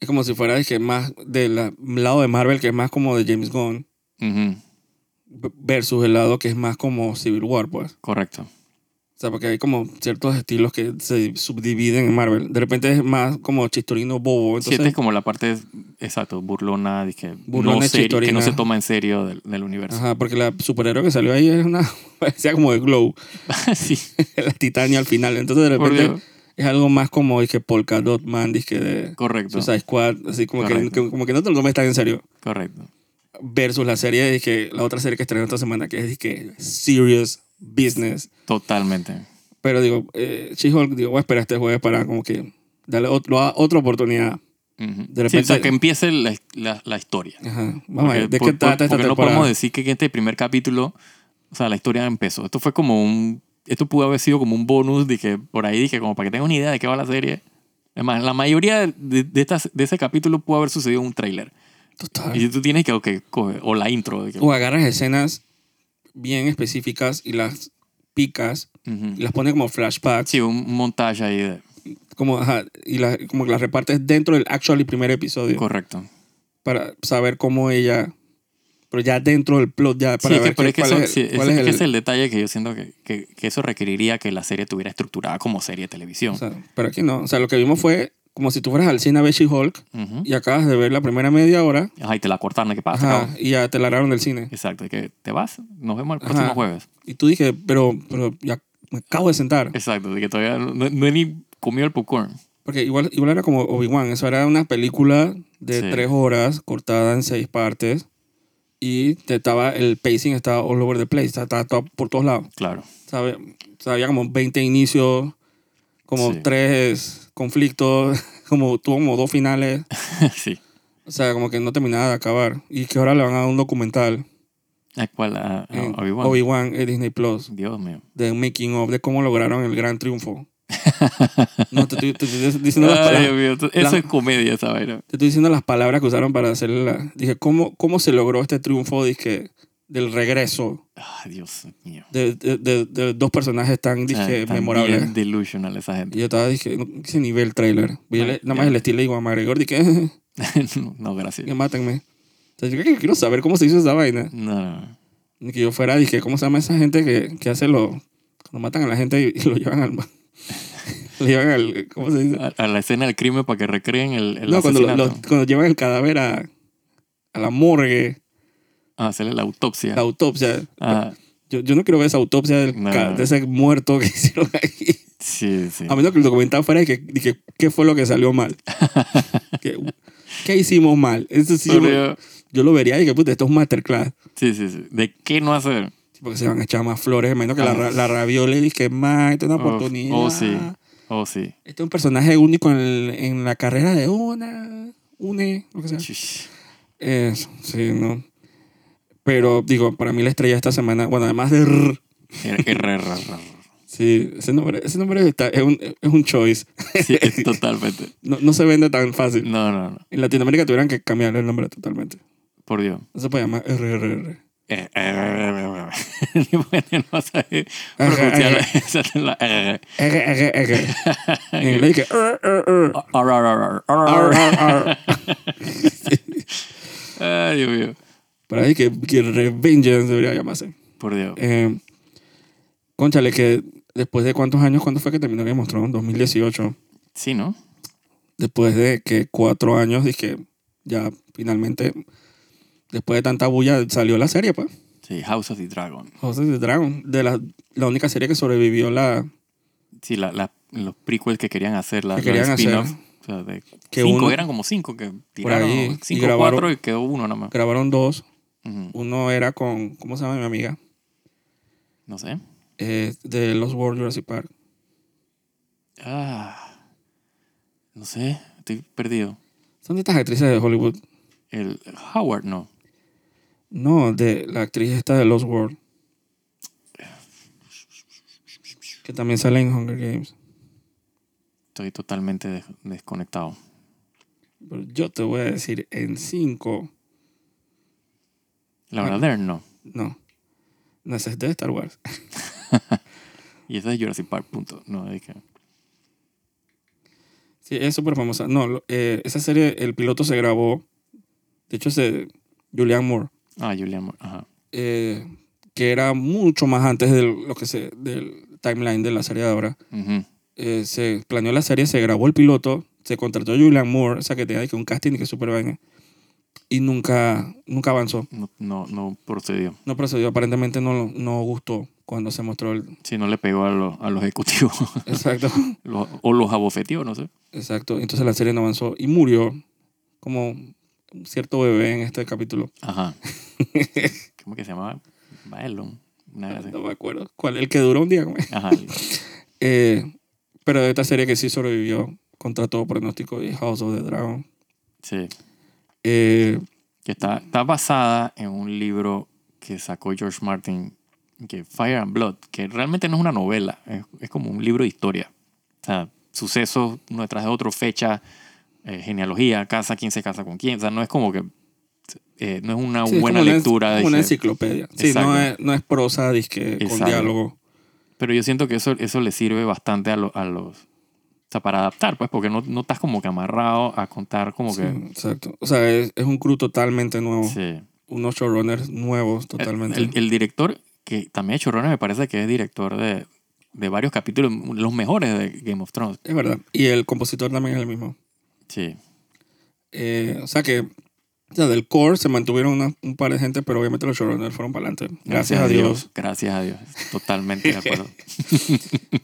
Speaker 1: es como si fuera de que más del lado de Marvel que es más como de James Gunn
Speaker 2: Ujú,
Speaker 1: v- versus el lado que es más como Civil War, pues.
Speaker 2: Correcto.
Speaker 1: O sea, porque hay como ciertos estilos que se subdividen en Marvel. De repente es más como chistorino bobo.
Speaker 2: Sí, esta
Speaker 1: Entonces,
Speaker 2: es como la parte, exacto, burlona, dije,
Speaker 1: Burlona
Speaker 2: no
Speaker 1: y
Speaker 2: seri- que no
Speaker 1: chitorina.
Speaker 2: se toma en serio del, del universo.
Speaker 1: ajá, porque la superhéroe que salió ahí es una, (laughs) parecía como de Glow. (laughs)
Speaker 2: (laughs) sí,
Speaker 1: la Titania al final. Entonces de
Speaker 2: por
Speaker 1: repente
Speaker 2: Dios.
Speaker 1: es algo más como dije Polka Dot Man, dije de
Speaker 2: correcto,
Speaker 1: Suicide Squad, así como que,
Speaker 2: Correcto.
Speaker 1: que- como que no te lo tomes tan en serio.
Speaker 2: correcto.
Speaker 1: Versus la serie, dije, la otra serie que estrenó esta semana, que es dije, Serious Business.
Speaker 2: Totalmente.
Speaker 1: Pero digo, eh, She-Hulk, digo, voy a esperar este jueves para como que darle otro- a- otra oportunidad.
Speaker 2: Ujú.
Speaker 1: De
Speaker 2: Sí, o sea,
Speaker 1: repente-
Speaker 2: que empiece la, la- la historia.
Speaker 1: Ajá. Vamos a
Speaker 2: Porque,
Speaker 1: ver, ¿de
Speaker 2: Eh, por-
Speaker 1: qué trata
Speaker 2: por-
Speaker 1: esta
Speaker 2: pues, porque no
Speaker 1: temporada?
Speaker 2: podemos decir que en este primer capítulo, o sea, la historia empezó. Esto fue como un. Esto pudo haber sido como un bonus, dije, por ahí dije, como para que tengan una idea de qué va la serie. Además, la mayoría de, de, estas, de ese capítulo pudo haber sucedido en un tráiler.
Speaker 1: Total.
Speaker 2: Y tú tienes que, ok, coge, o la intro. de que-
Speaker 1: O agarras escenas bien específicas y las picas
Speaker 2: Ujú.
Speaker 1: y las pones como flashbacks.
Speaker 2: Sí, un un montaje ahí de.
Speaker 1: como, ajá, y la, como que las repartes dentro del actual y primer episodio
Speaker 2: Correcto.
Speaker 1: para saber cómo ella pero ya dentro del plot ya
Speaker 2: Sí,
Speaker 1: para
Speaker 2: es que,
Speaker 1: ver
Speaker 2: pero
Speaker 1: qué-
Speaker 2: es que,
Speaker 1: cuál
Speaker 2: eso,
Speaker 1: es
Speaker 2: sí,
Speaker 1: el-
Speaker 2: es-
Speaker 1: cuál
Speaker 2: es
Speaker 1: es
Speaker 2: que
Speaker 1: el-
Speaker 2: ese es el detalle que yo siento que, que, que eso requeriría que la serie estuviera estructurada como serie de televisión.
Speaker 1: o sea, pero aquí no o sea lo que vimos fue como si tú fueras al cine a ver She-Hulk
Speaker 2: Ujú.
Speaker 1: y acabas de ver la primera media hora
Speaker 2: Ajá, y te la cortaron, que pasa?
Speaker 1: ajá, y ya te largaron del cine
Speaker 2: Exacto, que te vas, nos vemos el
Speaker 1: Ajá.
Speaker 2: próximo jueves.
Speaker 1: y tú dije pero pero ya me acabo de sentar
Speaker 2: Exacto, de que todavía no, no he ni comido el popcorn.
Speaker 1: porque igual igual era como Obi-Wan eso era una película de
Speaker 2: Sí.
Speaker 1: tres horas cortada en seis partes y te estaba el pacing estaba all over the place estaba, estaba todo- por todos lados
Speaker 2: Claro, (laughs)
Speaker 1: sabe, o sea, había como 20 inicios, como
Speaker 2: Sí.
Speaker 1: tres conflictos, (laughs) como tuvo como dos finales.
Speaker 2: sí.
Speaker 1: O sea, como que no terminaba de acabar. Y que ahora le van a dar un documental
Speaker 2: ¿A cuál? Ah, A, a
Speaker 1: en
Speaker 2: Obi-Wan.
Speaker 1: Obi-Wan en Disney Plus (laughs)
Speaker 2: Dios mío.
Speaker 1: de making of de cómo lograron el gran
Speaker 2: (laughs)
Speaker 1: triunfo. no, te estoy, te estoy diciendo las
Speaker 2: Ay, Dios
Speaker 1: palabras.
Speaker 2: mío, esto- eso
Speaker 1: la-
Speaker 2: es comedia, esa vaina.
Speaker 1: Te estoy diciendo las palabras que usaron para hacer la... Dije, ¿cómo, cómo se logró este triunfo dije, del regreso
Speaker 2: Ay, Dios mío.
Speaker 1: de, de- de- de dos personajes tan,
Speaker 2: Ah,
Speaker 1: dije,
Speaker 2: están
Speaker 1: memorables?
Speaker 2: bien delusional esa
Speaker 1: Y (laughs)
Speaker 2: gente. (laughs)
Speaker 1: yo estaba, dije, no, ese nivel trailer. Pues yo
Speaker 2: Ay,
Speaker 1: le- nada
Speaker 2: ya.
Speaker 1: más el estilo le digo a McGregor, dije,
Speaker 2: no, no, gracias.
Speaker 1: que mátenme. O sea, yo creo que quiero saber cómo se hizo esa vaina.
Speaker 2: No, no, no.
Speaker 1: Ni que yo fuera, dije, ¿cómo se llama esa gente que, que hace lo... Cuando matan a la gente y, y lo llevan al... (laughs) lo llevan al... ¿Cómo se dice?
Speaker 2: A, a la escena del crimen para que recreen el, el
Speaker 1: no, cuando, lo-
Speaker 2: asesinato.
Speaker 1: lo- cuando llevan el cadáver a, a la morgue,
Speaker 2: A hacerle Ah, la autopsia.
Speaker 1: la autopsia.
Speaker 2: Ah,
Speaker 1: Yo, yo no quiero ver esa autopsia del
Speaker 2: No.
Speaker 1: ca- de ese muerto que (laughs) hicieron ahí.
Speaker 2: sí, sí.
Speaker 1: A menos que el documental fuera de que, de que qué fue lo que salió
Speaker 2: (laughs)
Speaker 1: mal. ¿Qué, qué hicimos mal? Eso sí, yo,
Speaker 2: Por
Speaker 1: lo-
Speaker 2: Dios.
Speaker 1: yo lo vería y que, puta, esto es un masterclass.
Speaker 2: Sí, sí, sí. ¿De qué no hacer?
Speaker 1: Sí, Porque se van a echar más flores. Menos que la,
Speaker 2: Ah.
Speaker 1: ra- la ravioli y dije, más, esto es una
Speaker 2: Uf,
Speaker 1: oportunidad.
Speaker 2: Oh, sí. Oh, sí.
Speaker 1: Este es un personaje único en, el- en la carrera de una, une, lo que sea.
Speaker 2: Chush.
Speaker 1: Eso, sí, ¿no? Pero, digo, para mí la estrella esta semana, bueno, además de... R,
Speaker 2: R- R- R- R-
Speaker 1: sí, ese nombre, ese nombre está, es, un, es un choice. (laughs)
Speaker 2: Sí, es totalmente.
Speaker 1: No, no se vende tan fácil.
Speaker 2: No, no, no.
Speaker 1: En Latinoamérica tuvieran que cambiarle el nombre totalmente.
Speaker 2: Por Dios.
Speaker 1: No se puede llamar RRR.
Speaker 2: eh, eh, (laughs) eh, no sabe pronunciar
Speaker 1: eh,
Speaker 2: esa- la- eh,
Speaker 1: Erre, erre, erre. En inglés que, "Er, er, er".
Speaker 2: ar, ar, ar, ar,
Speaker 1: Ar, ar,
Speaker 2: ar.
Speaker 1: ar.
Speaker 2: Ay, Dios mío.
Speaker 1: Para ahí que, que Revengeance debería llamarse.
Speaker 2: Por Dios.
Speaker 1: Eh, conchale, que después de cuántos años, ¿cuándo fue que terminó Game of Thrones? 2018.
Speaker 2: Sí, ¿no?
Speaker 1: Después de que cuatro años, dije, ya finalmente, después de tanta bulla, salió la serie, pues.
Speaker 2: Sí, House of the Dragon.
Speaker 1: José the Dragon, de la, la única serie que sobrevivió la...
Speaker 2: Sí, la, la- los prequels que querían hacer, la,
Speaker 1: Que
Speaker 2: los
Speaker 1: querían hacer.
Speaker 2: spin-off. O sea, de
Speaker 1: Que
Speaker 2: cinco,
Speaker 1: uno-
Speaker 2: eran como cinco que tiraron.
Speaker 1: ahí,
Speaker 2: ¿no?
Speaker 1: y
Speaker 2: cinco,
Speaker 1: grabaron-
Speaker 2: cuatro y quedó uno nada más.
Speaker 1: Grabaron dos.
Speaker 2: Ujú.
Speaker 1: Uno era con, ¿cómo se llama mi amiga?
Speaker 2: No sé.
Speaker 1: Eh, de Los World Jurassic Park.
Speaker 2: Ah, no sé, estoy perdido.
Speaker 1: Son de estas actrices de Hollywood.
Speaker 2: El Howard, no.
Speaker 1: No, de la actriz esta de Lost World. Que también sale en Hunger Games.
Speaker 2: Estoy totalmente des- desconectado.
Speaker 1: Pero yo te voy a decir en 5.
Speaker 2: Laura Dern, no.
Speaker 1: No. No, esa es de Star Wars.
Speaker 2: Y esa es Jurassic Park, punto. No, es que...
Speaker 1: Sí, es súper famosa. No, lo- eh, esa serie, el piloto se grabó. De hecho, se, Julianne Moore.
Speaker 2: Ah, Julian Moore, ajá.
Speaker 1: eh, que era mucho más antes de lo que se, del timeline de la serie de ahora.
Speaker 2: Ujú.
Speaker 1: eh, se planeó la serie, se grabó el piloto, se contrató a Julian Moore, o sea que tenía que un casting y que super vaina. Y nunca, nunca avanzó.
Speaker 2: no, no, no procedió.
Speaker 1: No procedió, aparentemente no, lo- no gustó cuando se mostró
Speaker 2: (laughs)
Speaker 1: el.
Speaker 2: Si no le pegó a, los a los (laughs) ejecutivos
Speaker 1: Exacto.
Speaker 2: Los- o los abofeteó, no sé.
Speaker 1: Exacto. Entonces la serie no avanzó y murió como un cierto bebé en este capítulo.
Speaker 2: Ajá. ¿Cómo que se llamaba? Baelon. Una cosa así.
Speaker 1: No me acuerdo. ¿Cuál? El que duró un día. güey.
Speaker 2: Ajá.
Speaker 1: Eh, pero de esta serie que sí sobrevivió contra todo pronóstico y House of the Dragon.
Speaker 2: Sí.
Speaker 1: Eh,
Speaker 2: Que está, está basada en un libro que sacó George Martin, que Fire and Blood, que realmente no es una novela, es, es como un libro de historia. O sea, sucesos uno detrás de otro, fecha, eh, genealogía, casa, quién se casa con quién. O sea, no es como que. eh, no es una
Speaker 1: Sí, es
Speaker 2: buena
Speaker 1: como una-
Speaker 2: lectura. de
Speaker 1: como una
Speaker 2: ese-
Speaker 1: enciclopedia. Sí, no
Speaker 2: Exacto.
Speaker 1: es, no es prosa disque, con
Speaker 2: Exacto.
Speaker 1: diálogo.
Speaker 2: Pero yo siento que eso, eso le sirve bastante a, lo- a los. O sea, para adaptar, pues, porque no, no estás como que amarrado a contar como
Speaker 1: Sí,
Speaker 2: que.
Speaker 1: exacto. O sea, es, es un crew totalmente nuevo.
Speaker 2: Sí.
Speaker 1: Unos showrunners nuevos totalmente.
Speaker 2: El, el director, que también es chorrona, me parece que es director de, de varios capítulos, los mejores de Game of Thrones.
Speaker 1: es verdad. Y el compositor también es el mismo.
Speaker 2: Sí.
Speaker 1: Eh, o sea que o sea, del core se mantuvieron una- un par de gente, pero obviamente los showrunners fueron para adelante. Gracias, a Dios.
Speaker 2: Gracias a Dios. Totalmente de
Speaker 1: (laughs)
Speaker 2: acuerdo.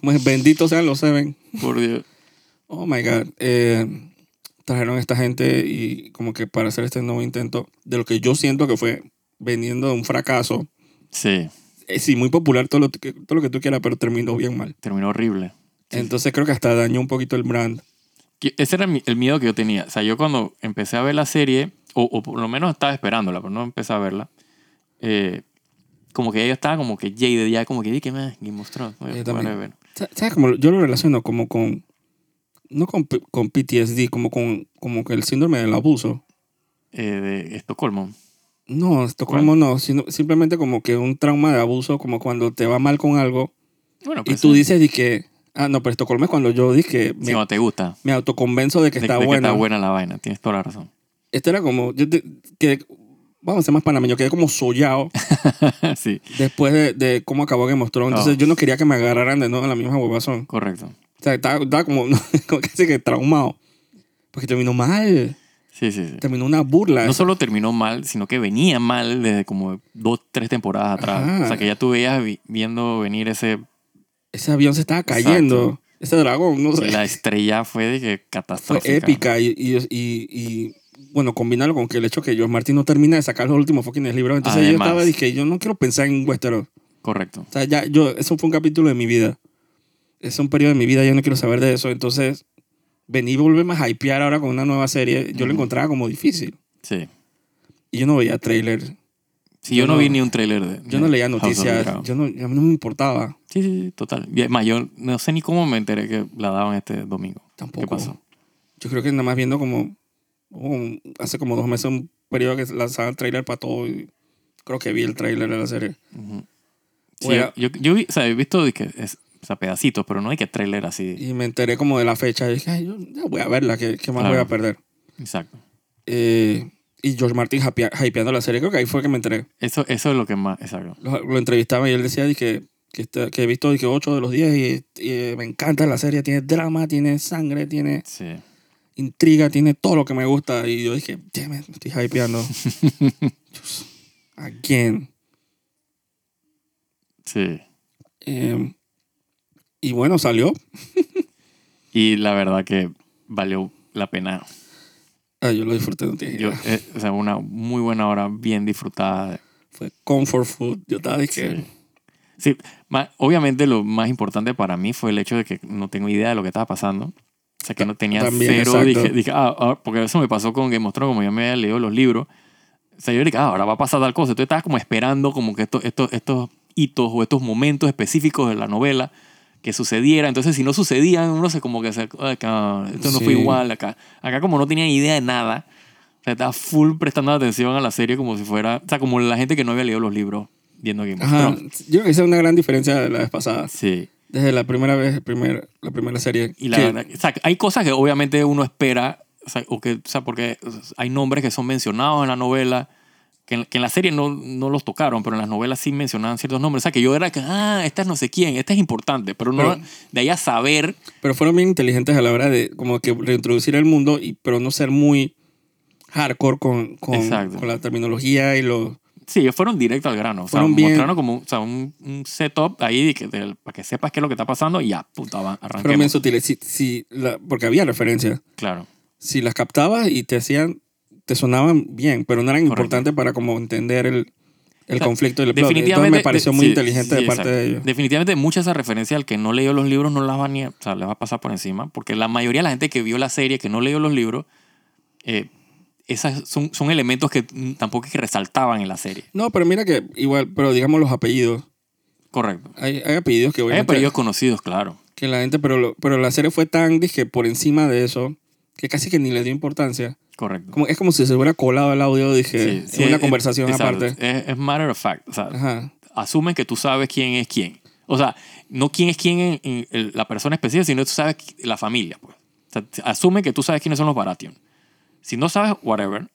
Speaker 1: Como es, benditos sean los Seven.
Speaker 2: Por Dios.
Speaker 1: Oh my God. Eh, trajeron a esta gente y como que para hacer este nuevo intento de lo que yo siento que fue veniendo de un fracaso.
Speaker 2: Sí.
Speaker 1: Eh, sí, muy popular todo lo, que- todo lo que tú quieras, pero terminó bien mal.
Speaker 2: Terminó horrible. Sí.
Speaker 1: Entonces creo que hasta dañó un poquito el brand.
Speaker 2: Que Ese era mi- el miedo que yo tenía. O sea, yo cuando empecé a ver la serie, o, o por lo menos estaba esperándola, pero no empecé a verla, eh, como que ella estaba como que jaded, ya como que dije, "Meh, Game of Thrones.
Speaker 1: Yo
Speaker 2: whatever".
Speaker 1: también. Sa- ¿Sabes cómo? lo- Yo lo relaciono como con... No con, P- con PTSD, como con como que el síndrome del abuso.
Speaker 2: Eh, de Estocolmo.
Speaker 1: No, Estocolmo no, sino simplemente como que un trauma de abuso, como cuando te va mal con algo
Speaker 2: Bueno,
Speaker 1: y
Speaker 2: pues,
Speaker 1: tú
Speaker 2: sí,
Speaker 1: dices de que... Ah, no, pero Estocolmo es cuando yo dije que me,
Speaker 2: cuando te gusta.
Speaker 1: me autoconvenzo de que
Speaker 2: De-
Speaker 1: está
Speaker 2: de que
Speaker 1: bueno.
Speaker 2: está buena la vaina, tienes toda la razón.
Speaker 1: Esto era como... Yo te- que, vamos a ser más panameño, quedé como sollado
Speaker 2: (laughs) sí,
Speaker 1: después de, de cómo acabó Game of Thrones. Entonces
Speaker 2: Oh.
Speaker 1: yo no quería que me agarraran de nuevo en la misma huevazón.
Speaker 2: correcto.
Speaker 1: O sea, estaba, estaba como, (laughs) como casi que traumado. Porque terminó mal.
Speaker 2: Sí, sí, sí.
Speaker 1: Terminó una burla.
Speaker 2: No solo terminó mal, sino que venía mal desde como dos, tres temporadas atrás.
Speaker 1: Ajá.
Speaker 2: O sea, que ya tú veías vi- viendo venir ese...
Speaker 1: Ese avión se estaba cayendo. Ese dragón, no sé.
Speaker 2: La estrella fue de que
Speaker 1: Fue
Speaker 2: catastrófica.
Speaker 1: épica. Y, y, y- y, bueno, combinarlo con que el hecho que George Martin no termina de sacar los últimos fucking libros. Entonces yo
Speaker 2: Además.
Speaker 1: estaba, dije, yo no quiero pensar en Westeros.
Speaker 2: Correcto.
Speaker 1: O sea, ya, yo, eso fue un capítulo de mi vida. Es un periodo de mi vida, yo no quiero saber de eso. Entonces, venir y volverme a hypear ahora con una nueva serie, yo lo
Speaker 2: Ujú.
Speaker 1: encontraba como difícil.
Speaker 2: Sí.
Speaker 1: Y yo no veía trailers,
Speaker 2: Sí, yo
Speaker 1: Yo
Speaker 2: no,
Speaker 1: no-
Speaker 2: vi ni un tráiler de...
Speaker 1: yo no leía
Speaker 2: de House of the
Speaker 1: noticias,
Speaker 2: Dragon.
Speaker 1: yo no, a mí no me importaba.
Speaker 2: Sí, sí, sí, total. Y además, yo no sé ni cómo me enteré que la daban este domingo.
Speaker 1: Tampoco.
Speaker 2: ¿Qué pasó?
Speaker 1: Yo creo que nada más oh, viendo como, como hace como dos meses un periodo que lanzaban trailer para todo y creo que vi el tráiler de la serie.
Speaker 2: Ujú. Sí,
Speaker 1: Bueno.
Speaker 2: yo, yo vi- o sea, he visto de que es, o sea, pedacitos, pero no hay que trailer así.
Speaker 1: Y me enteré como de la fecha. Y dije, "Ay, yo ya voy a verla, ¿qué, qué más
Speaker 2: Claro.
Speaker 1: voy a perder?
Speaker 2: Exacto.
Speaker 1: Eh, y George Martin hypea- hypeando la serie, creo que ahí fue que me enteré.
Speaker 2: Eso, eso es lo que más. Exacto.
Speaker 1: Lo, lo entrevistaba y él decía dije, que, está- que he visto dije, 8 de los 10 y, y, eh, me encanta la serie. Tiene drama, tiene sangre, tiene
Speaker 2: Sí.
Speaker 1: intriga, tiene todo lo que me gusta. Y yo dije, damn it, me estoy
Speaker 2: (laughs)
Speaker 1: hypeando. ¿A quién?
Speaker 2: Sí.
Speaker 1: Eh, y bueno, salió.
Speaker 2: Y la verdad que valió la pena.
Speaker 1: Ah, yo lo disfruté, no tienes
Speaker 2: Yo,
Speaker 1: idea.
Speaker 2: eh, o sea, una muy buena hora, bien disfrutada.
Speaker 1: Fue comfort food. Yo estaba dije,
Speaker 2: Sí. Sí, ma- obviamente lo más importante para mí fue el hecho de que no tengo idea de lo que estaba pasando. O sea, que no tenía
Speaker 1: También,
Speaker 2: cero.
Speaker 1: exacto.
Speaker 2: Dije, dije, ah, ah, porque eso me pasó con Game of Thrones, como yo me había leído los libros. O sea, yo dije, ah, ahora va a pasar tal cosa. Entonces estaba como esperando como que esto- esto- estos hitos o estos momentos específicos de la novela que sucediera. Entonces, si no sucedían, uno se como que se, "Ah, ca- esto no fue
Speaker 1: Sí.
Speaker 2: igual acá. Acá como no tenía idea de nada, o sea, estaba full prestando atención a la serie como si fuera, o sea, como la gente que no había leído los libros viendo Game of
Speaker 1: ajá.
Speaker 2: Thrones.
Speaker 1: Yo creo que esa es una gran diferencia de la vez pasada.
Speaker 2: Sí.
Speaker 1: Desde la primera vez, el primer, la primera serie.
Speaker 2: Y la
Speaker 1: que-
Speaker 2: verdad, o sea, hay cosas que obviamente uno espera, o sea, o que, o sea, porque hay nombres que son mencionados en la novela, que en, que en la serie no, no los tocaron, pero en las novelas sí mencionaban ciertos nombres. O sea, que yo era que, ah, esta es no sé quién, esta es importante, pero no
Speaker 1: Pero-
Speaker 2: de ahí a saber.
Speaker 1: Pero fueron bien inteligentes a la hora de como que reintroducir el mundo, y, pero no ser muy hardcore con, con,
Speaker 2: Exacto.
Speaker 1: con la terminología y los...
Speaker 2: Sí, ellos fueron directo al grano. O sea,
Speaker 1: Fueron bien-
Speaker 2: mostraron como un- o sea, un, un setup ahí de que- del- para que sepas qué es lo que está pasando y ya, puta, va,
Speaker 1: Fueron bien
Speaker 2: arranquemos.
Speaker 1: sutiles. Si, si la- porque había referencias.
Speaker 2: Claro,
Speaker 1: Si las captabas y te hacían... Te sonaban bien, pero no eran
Speaker 2: Correcto.
Speaker 1: importantes para como entender el, el
Speaker 2: O sea,
Speaker 1: conflicto y el plot. Entonces
Speaker 2: Definitivamente.
Speaker 1: me pareció muy
Speaker 2: sí,
Speaker 1: inteligente
Speaker 2: sí,
Speaker 1: de parte
Speaker 2: exacto.
Speaker 1: de ellos.
Speaker 2: Definitivamente, muchas de esas referencias al que no leyó los libros no las va ni. a- O sea, les va a pasar por encima. Porque la mayoría de la gente que vio la serie, que no leyó los libros, eh, esas son, son elementos que mm, tampoco es que resaltaban en la serie.
Speaker 1: No, pero mira que igual, pero digamos los apellidos.
Speaker 2: Correcto.
Speaker 1: Hay, hay apellidos que
Speaker 2: Hay
Speaker 1: obviamente...
Speaker 2: apellidos conocidos, claro.
Speaker 1: que la gente, pero, lo- pero la serie fue tan, dije, por encima de eso, que casi que ni le dio importancia.
Speaker 2: Correcto.
Speaker 1: Como, es como si se hubiera colado el audio, dije,
Speaker 2: Sí, sí,
Speaker 1: en una
Speaker 2: es-
Speaker 1: conversación
Speaker 2: exacto.
Speaker 1: aparte.
Speaker 2: Es, es matter of fact. O sea,
Speaker 1: Ajá.
Speaker 2: asumen que tú sabes quién es quién. O sea, no quién es quién en, en el- la persona específica, sino tú sabes qui- la familia. Pues. O sea, t- asume que tú sabes quiénes son los Baratheon. Si no sabes, whatever.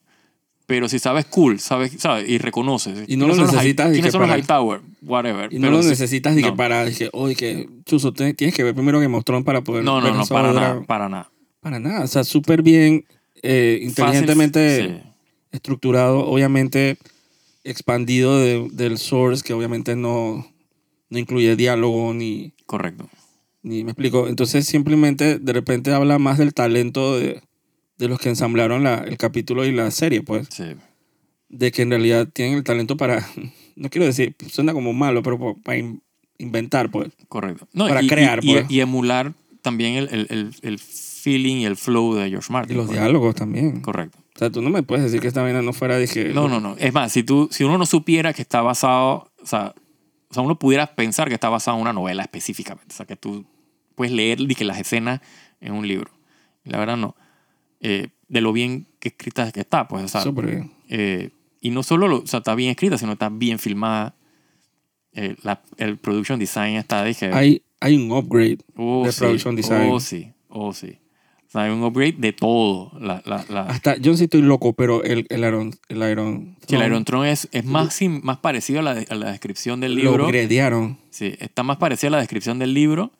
Speaker 2: Pero si sabes, cool, sabes, sabes y reconoces.
Speaker 1: Y no lo
Speaker 2: ¿Quiénes son los High-
Speaker 1: necesitas y
Speaker 2: ¿Quiénes
Speaker 1: que
Speaker 2: son los
Speaker 1: para-
Speaker 2: Hightower? Whatever.
Speaker 1: Y no
Speaker 2: Pero
Speaker 1: lo
Speaker 2: si-
Speaker 1: necesitas, dije,
Speaker 2: no.
Speaker 1: para, dije, oye, que Chuzo, te- tienes que ver primero Game of Thrones para poder
Speaker 2: No, no,
Speaker 1: ver
Speaker 2: no,
Speaker 1: esa
Speaker 2: para
Speaker 1: obra".
Speaker 2: nada, para nada.
Speaker 1: Para nada, o sea, súper bien, eh, inteligentemente
Speaker 2: Fácil, sí.
Speaker 1: estructurado, obviamente expandido de- del source, que obviamente no, no incluye diálogo ni,
Speaker 2: correcto.
Speaker 1: Ni me explico. Entonces simplemente de repente habla más del talento de, de los que ensamblaron la- el capítulo y la serie, pues.
Speaker 2: Sí.
Speaker 1: De que en realidad tienen el talento para, (laughs) no quiero decir, suena como malo, pero po- para in- inventar, pues.
Speaker 2: Correcto. No,
Speaker 1: Para
Speaker 2: y,
Speaker 1: crear,
Speaker 2: y, y-
Speaker 1: pues.
Speaker 2: y emular también el, el- el- el feeling y el flow de George
Speaker 1: Y
Speaker 2: Martin.
Speaker 1: los
Speaker 2: pues.
Speaker 1: diálogos también.
Speaker 2: Correcto.
Speaker 1: O sea, tú no me puedes decir que esta vaina no fuera de que...
Speaker 2: No, no, no. Es más, si, tú, si uno no supiera que está basado, o sea, o sea, uno pudiera pensar que está basado en una novela específicamente. O sea, que tú puedes leer y que las escenas en un libro. La verdad no. Eh, de lo bien que escrita que está, pues, o sea,
Speaker 1: Eso porque-
Speaker 2: eh, y no solo lo- o sea, está bien escrita, sino está bien filmada. Eh, la- el production design está, dije,
Speaker 1: hay, hay un upgrade.
Speaker 2: oh,
Speaker 1: de
Speaker 2: sí,
Speaker 1: production design.
Speaker 2: Oh, sí, oh, sí. O sea, hay un upgrade de todo. La, la, la,
Speaker 1: Hasta, yo sí estoy loco, pero el, el Iron... El Iron...
Speaker 2: ah. Sí, el Iron Throne es, es más, sim- más parecido a la, de- a la descripción del
Speaker 1: Lo
Speaker 2: libro.
Speaker 1: upgradearon.
Speaker 2: Sí, está más parecido a la descripción del libro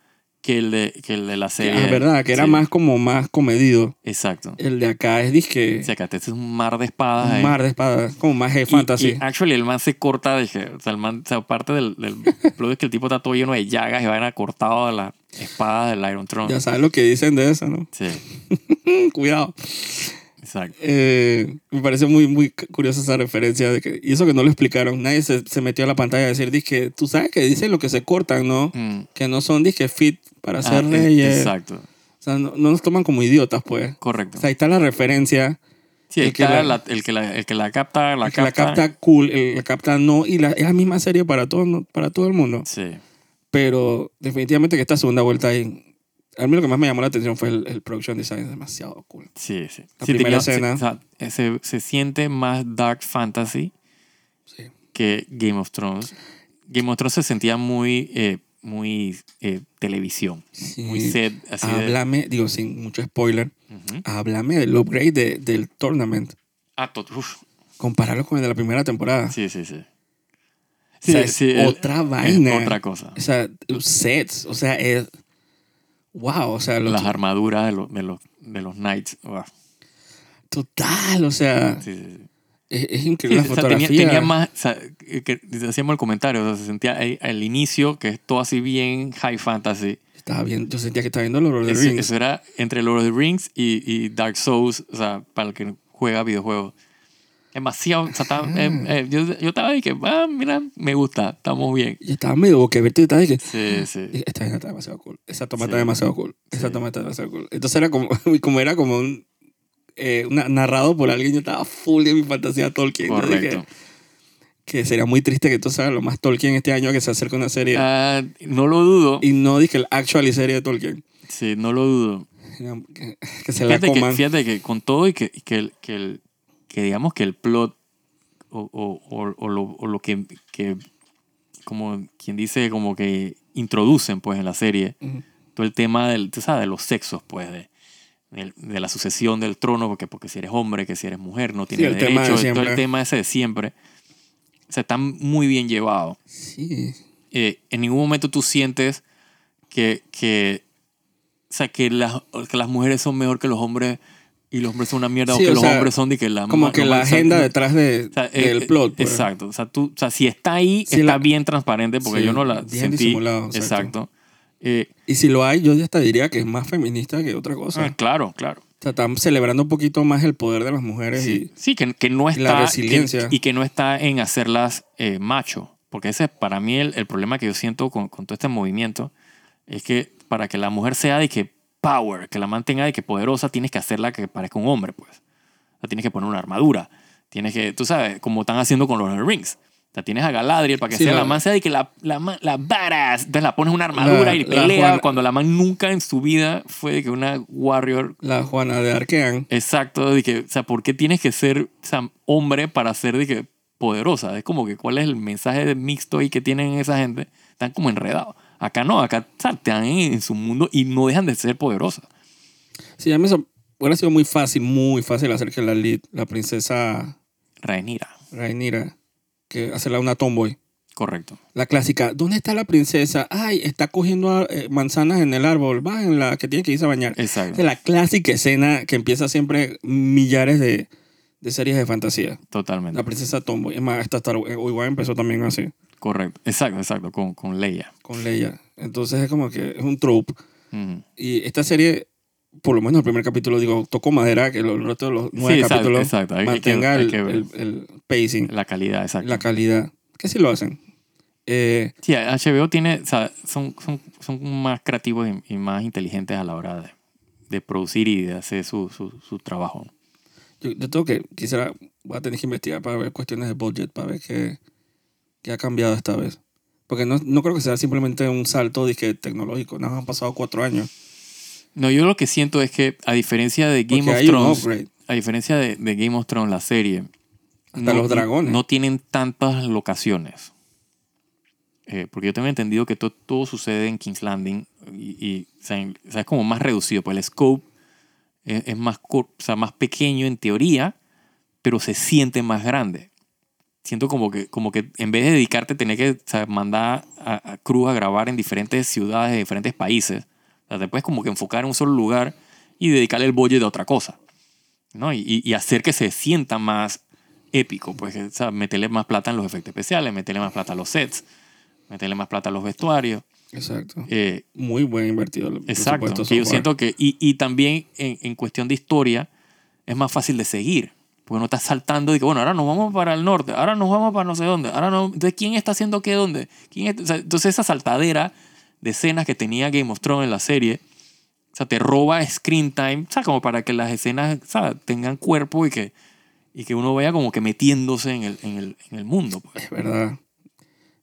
Speaker 2: que el de, que el de la
Speaker 1: Es
Speaker 2: serie.
Speaker 1: Ah, verdad, que era
Speaker 2: Sí,
Speaker 1: más como más comedido.
Speaker 2: Exacto.
Speaker 1: El de acá es disque...
Speaker 2: O sea, que este es un mar de espadas.
Speaker 1: Un
Speaker 2: ahí.
Speaker 1: mar de espadas, como más de
Speaker 2: eh. Y-
Speaker 1: fantasy.
Speaker 2: Y, ah, actually, el man se corta. De, que- o sea, el man, o sea, aparte del, del plot es que el tipo está todo lleno de llagas y vaina cortado de las espadas del Iron Throne.
Speaker 1: ya sabes lo que dicen de eso, ¿no?
Speaker 2: Sí,
Speaker 1: Mm, Cuidado.
Speaker 2: exacto.
Speaker 1: Eh, me parece muy, muy cu- curiosa esa referencia. De que, y eso que no lo explicaron. Nadie se, se metió a la pantalla a decir, disque, tú sabes que dicen lo que se cortan, ¿no?
Speaker 2: Mm.
Speaker 1: Que no son, disque, fit para ser
Speaker 2: Ah, e-
Speaker 1: reyes.
Speaker 2: Exacto,
Speaker 1: O sea, no, no nos toman como idiotas, pues.
Speaker 2: correcto.
Speaker 1: O sea, ahí está la referencia.
Speaker 2: Sí,
Speaker 1: el
Speaker 2: el
Speaker 1: que
Speaker 2: que la,
Speaker 1: la-
Speaker 2: el que la, el que la capta, la
Speaker 1: el que la
Speaker 2: capta.
Speaker 1: capta cool, el- la capta no. Y la, es la misma serie para todo, ¿no? para todo el mundo.
Speaker 2: Sí,
Speaker 1: Pero definitivamente que esta segunda vuelta ahí... A mí lo que más me llamó la atención fue el, el production design. Es demasiado cool.
Speaker 2: sí, sí.
Speaker 1: La
Speaker 2: Sí,
Speaker 1: primera
Speaker 2: se-
Speaker 1: escena.
Speaker 2: o sea, se, se siente más dark fantasy
Speaker 1: Sí.
Speaker 2: que- que Game of Thrones. Game of Thrones se sentía muy, eh, muy eh, televisión.
Speaker 1: Sí.
Speaker 2: Muy set. Así de-
Speaker 1: Háblame, digo, sin mucho spoiler,
Speaker 2: Ujú.
Speaker 1: háblame del upgrade de- del tournament.
Speaker 2: Ah, tot- uf.
Speaker 1: Compararlo con el de la primera temporada.
Speaker 2: Sí, sí, sí.
Speaker 1: O sea, es
Speaker 2: el-
Speaker 1: otra
Speaker 2: es
Speaker 1: vaina.
Speaker 2: otra cosa.
Speaker 1: O sea, sets, o sea, es... Wow, o sea, lo
Speaker 2: Las armaduras de, los de, los, de los knights. Uah.
Speaker 1: total, o sea,
Speaker 2: Sí, sí, sí.
Speaker 1: es, es
Speaker 2: Sí,
Speaker 1: increíble
Speaker 2: o
Speaker 1: Ah, la
Speaker 2: sea, tenía,
Speaker 1: fotografía.
Speaker 2: tenía más, o sea, eh, que- que hacíamos el comentario, o sea, se sentía ahí al inicio que es todo así bien high fantasy.
Speaker 1: Estaba bien, yo sentía que estaba viendo Lord of the
Speaker 2: Eso,
Speaker 1: Rings.
Speaker 2: eso era entre Lord of the Rings y, y Dark Souls, o sea, para el que juega videojuegos. Demasiado, o sea, estaba-
Speaker 1: Mm.
Speaker 2: eh, eh, yo, yo estaba ahí que, ah, mira, me gusta, estamos bien.
Speaker 1: Y estaba medio boquiabierto y estaba de que...
Speaker 2: Sí, sí.
Speaker 1: Dije, Esta vaina está demasiado cool. Esa toma
Speaker 2: Sí.
Speaker 1: está demasiado cool. Esa
Speaker 2: Sí.
Speaker 1: toma está demasiado cool. Entonces era como, (laughs) y como era como un eh, una- narrado por alguien, yo estaba full de mi fantasía Tolkien. Yo dije
Speaker 2: Correcto.
Speaker 1: que sería muy triste que tú sabes lo más Tolkien este año que se acerca una serie.
Speaker 2: Ah, no lo dudo.
Speaker 1: Y no dije el actual y serie de Tolkien.
Speaker 2: Sí, no lo dudo.
Speaker 1: Era Que, que se la
Speaker 2: Fíjate que,
Speaker 1: coman.
Speaker 2: fíjate que con todo y que, y que, el- que, el- que digamos que el plot o, o- o- o lo, o lo que, que, como quien dice, como que introducen pues en la serie,
Speaker 1: Ujú.
Speaker 2: todo el tema del, tú sabes, de los sexos pues, de, del- de la sucesión del trono, porque, porque si eres hombre, que si eres mujer, no tienes
Speaker 1: el tema de
Speaker 2: derecho, todo
Speaker 1: siempre.
Speaker 2: el tema ese de siempre. O sea, está muy bien llevado
Speaker 1: Sí.
Speaker 2: eh, en ningún momento tú sientes que, que, o sea, que, las, que las mujeres son mejor que los hombres y los hombres son una mierda
Speaker 1: Sí,
Speaker 2: o que
Speaker 1: o
Speaker 2: los
Speaker 1: sea,
Speaker 2: hombres son de que la
Speaker 1: Como
Speaker 2: ma-
Speaker 1: que
Speaker 2: no
Speaker 1: la
Speaker 2: ma- o sea,
Speaker 1: agenda
Speaker 2: no-
Speaker 1: detrás de,
Speaker 2: o sea, eh,
Speaker 1: del
Speaker 2: eh,
Speaker 1: plot. pues.
Speaker 2: Exacto. O sea, tú, o sea, si está ahí,
Speaker 1: Sí,
Speaker 2: está
Speaker 1: la-
Speaker 2: bien transparente porque
Speaker 1: sí,
Speaker 2: yo no la
Speaker 1: bien
Speaker 2: sentí.
Speaker 1: disimulado,
Speaker 2: exacto.
Speaker 1: exacto.
Speaker 2: Eh,
Speaker 1: Y si lo hay, yo ya hasta diría que es más feminista que otra cosa.
Speaker 2: ah, claro, claro.
Speaker 1: O sea, están celebrando un poquito más el poder de las mujeres
Speaker 2: Sí, sí, que, que no
Speaker 1: y
Speaker 2: está.
Speaker 1: la
Speaker 2: que-
Speaker 1: resiliencia.
Speaker 2: y que no está en hacerlas eh, macho. Porque ese es para mí el, el problema que yo siento con, con todo este movimiento. Es que para que la mujer sea de que power, que la mantenga de que poderosa, tienes que hacerla que parezca un hombre, pues. O sea, tienes que poner una armadura. Tienes que, tú sabes, como están haciendo con los rings. O sea, tienes a Galadriel para que
Speaker 1: Sí,
Speaker 2: sea
Speaker 1: la-
Speaker 2: la man sea de que la, la, man- la badass. Entonces la pones una armadura
Speaker 1: La- la
Speaker 2: y pelea
Speaker 1: Juana-
Speaker 2: cuando la man nunca en su vida fue de que una warrior
Speaker 1: y la Juana de Arquean.
Speaker 2: Exacto, de que, o sea, ¿por qué tienes que ser o sea, hombre para ser de que poderosa? Es como que cuál es el mensaje de mixto ahí que tienen esa gente. Están como enredados. Acá no, acá o sea, están en, en su mundo y no dejan de ser poderosas.
Speaker 1: Sí, a mí eso hubiera sido muy fácil, muy fácil hacer que la lead, la princesa
Speaker 2: Rhaenyra,
Speaker 1: Rhaenyra, que hacerla una tomboy.
Speaker 2: correcto.
Speaker 1: La clásica, ¿dónde está la princesa? Ay, está cogiendo eh, manzanas en el árbol, va en la que tiene que irse a bañar.
Speaker 2: Exacto,
Speaker 1: Es (laughs) la clásica escena que empieza siempre millares de, de series de fantasía. La
Speaker 2: totalmente.
Speaker 1: princesa tomboy. Es más, hasta Star Wars igual empezó también así,
Speaker 2: Correcto, exacto, exacto, con, con Leia.
Speaker 1: con Leia. Entonces es como que es un trope.
Speaker 2: Ujú.
Speaker 1: Y esta serie, por lo menos el primer capítulo, digo, tocó madera, que los el resto de los nueve
Speaker 2: exacto,
Speaker 1: capítulos
Speaker 2: exacto. Hay que-
Speaker 1: mantenga
Speaker 2: hay
Speaker 1: el,
Speaker 2: que ver.
Speaker 1: el- el pacing,
Speaker 2: La calidad, exacto.
Speaker 1: la calidad. Que sí lo hacen. Eh,
Speaker 2: Sí, HBO tiene, o sea, son, son, son más creativos y, y más inteligentes a la hora de, de producir y de hacer su, su, su trabajo.
Speaker 1: yo, yo tengo que, quisiera, voy a tener que investigar para ver cuestiones de budget, para ver qué, qué ha cambiado esta vez. Porque no, no creo que sea simplemente un salto dizque, tecnológico. Nada, más han pasado cuatro años.
Speaker 2: No, yo lo que siento es que a diferencia de Game
Speaker 1: Porque
Speaker 2: of
Speaker 1: hay un
Speaker 2: Thrones,
Speaker 1: upgrade.
Speaker 2: a diferencia de, de Game of Thrones, la serie,
Speaker 1: Hasta los dragones.
Speaker 2: no tienen tantas locaciones. Eh, porque yo tengo entendido que to- todo, sucede en King's Landing y, y, o sea, en- o sea, es como más reducido, pues el scope es, es más, cor- o sea, más pequeño en teoría, pero se siente más grande. Siento como que, como que en vez de dedicarte a tener que o sea, mandar a, a Cruz a grabar en diferentes ciudades de diferentes países, o sea, te puedes como que enfocar en un solo lugar y dedicarle el budget a otra cosa. ¿no? Y, y- y hacer que se sienta más épico, pues, o sea, meterle más plata en los efectos especiales, meterle más plata a los sets, meterle más plata a los vestuarios.
Speaker 1: Exacto.
Speaker 2: eh,
Speaker 1: Muy buen invertido. el
Speaker 2: exacto.
Speaker 1: presupuesto
Speaker 2: que yo
Speaker 1: so far.
Speaker 2: siento que, y, y también en, en cuestión de historia, es más fácil de seguir. Porque no estás saltando y que, bueno, ahora nos vamos para el norte, ahora nos vamos para no sé dónde, ahora no. Entonces, ¿quién está haciendo qué dónde? ¿Quién está- o sea, entonces, esa saltadera de escenas que tenía Game of Thrones en la serie, o sea, te roba screen time, o sea, como para que las escenas o sea, tengan cuerpo y que, y que uno vaya como que metiéndose en el, en el, en el mundo. Pues.
Speaker 1: Es verdad.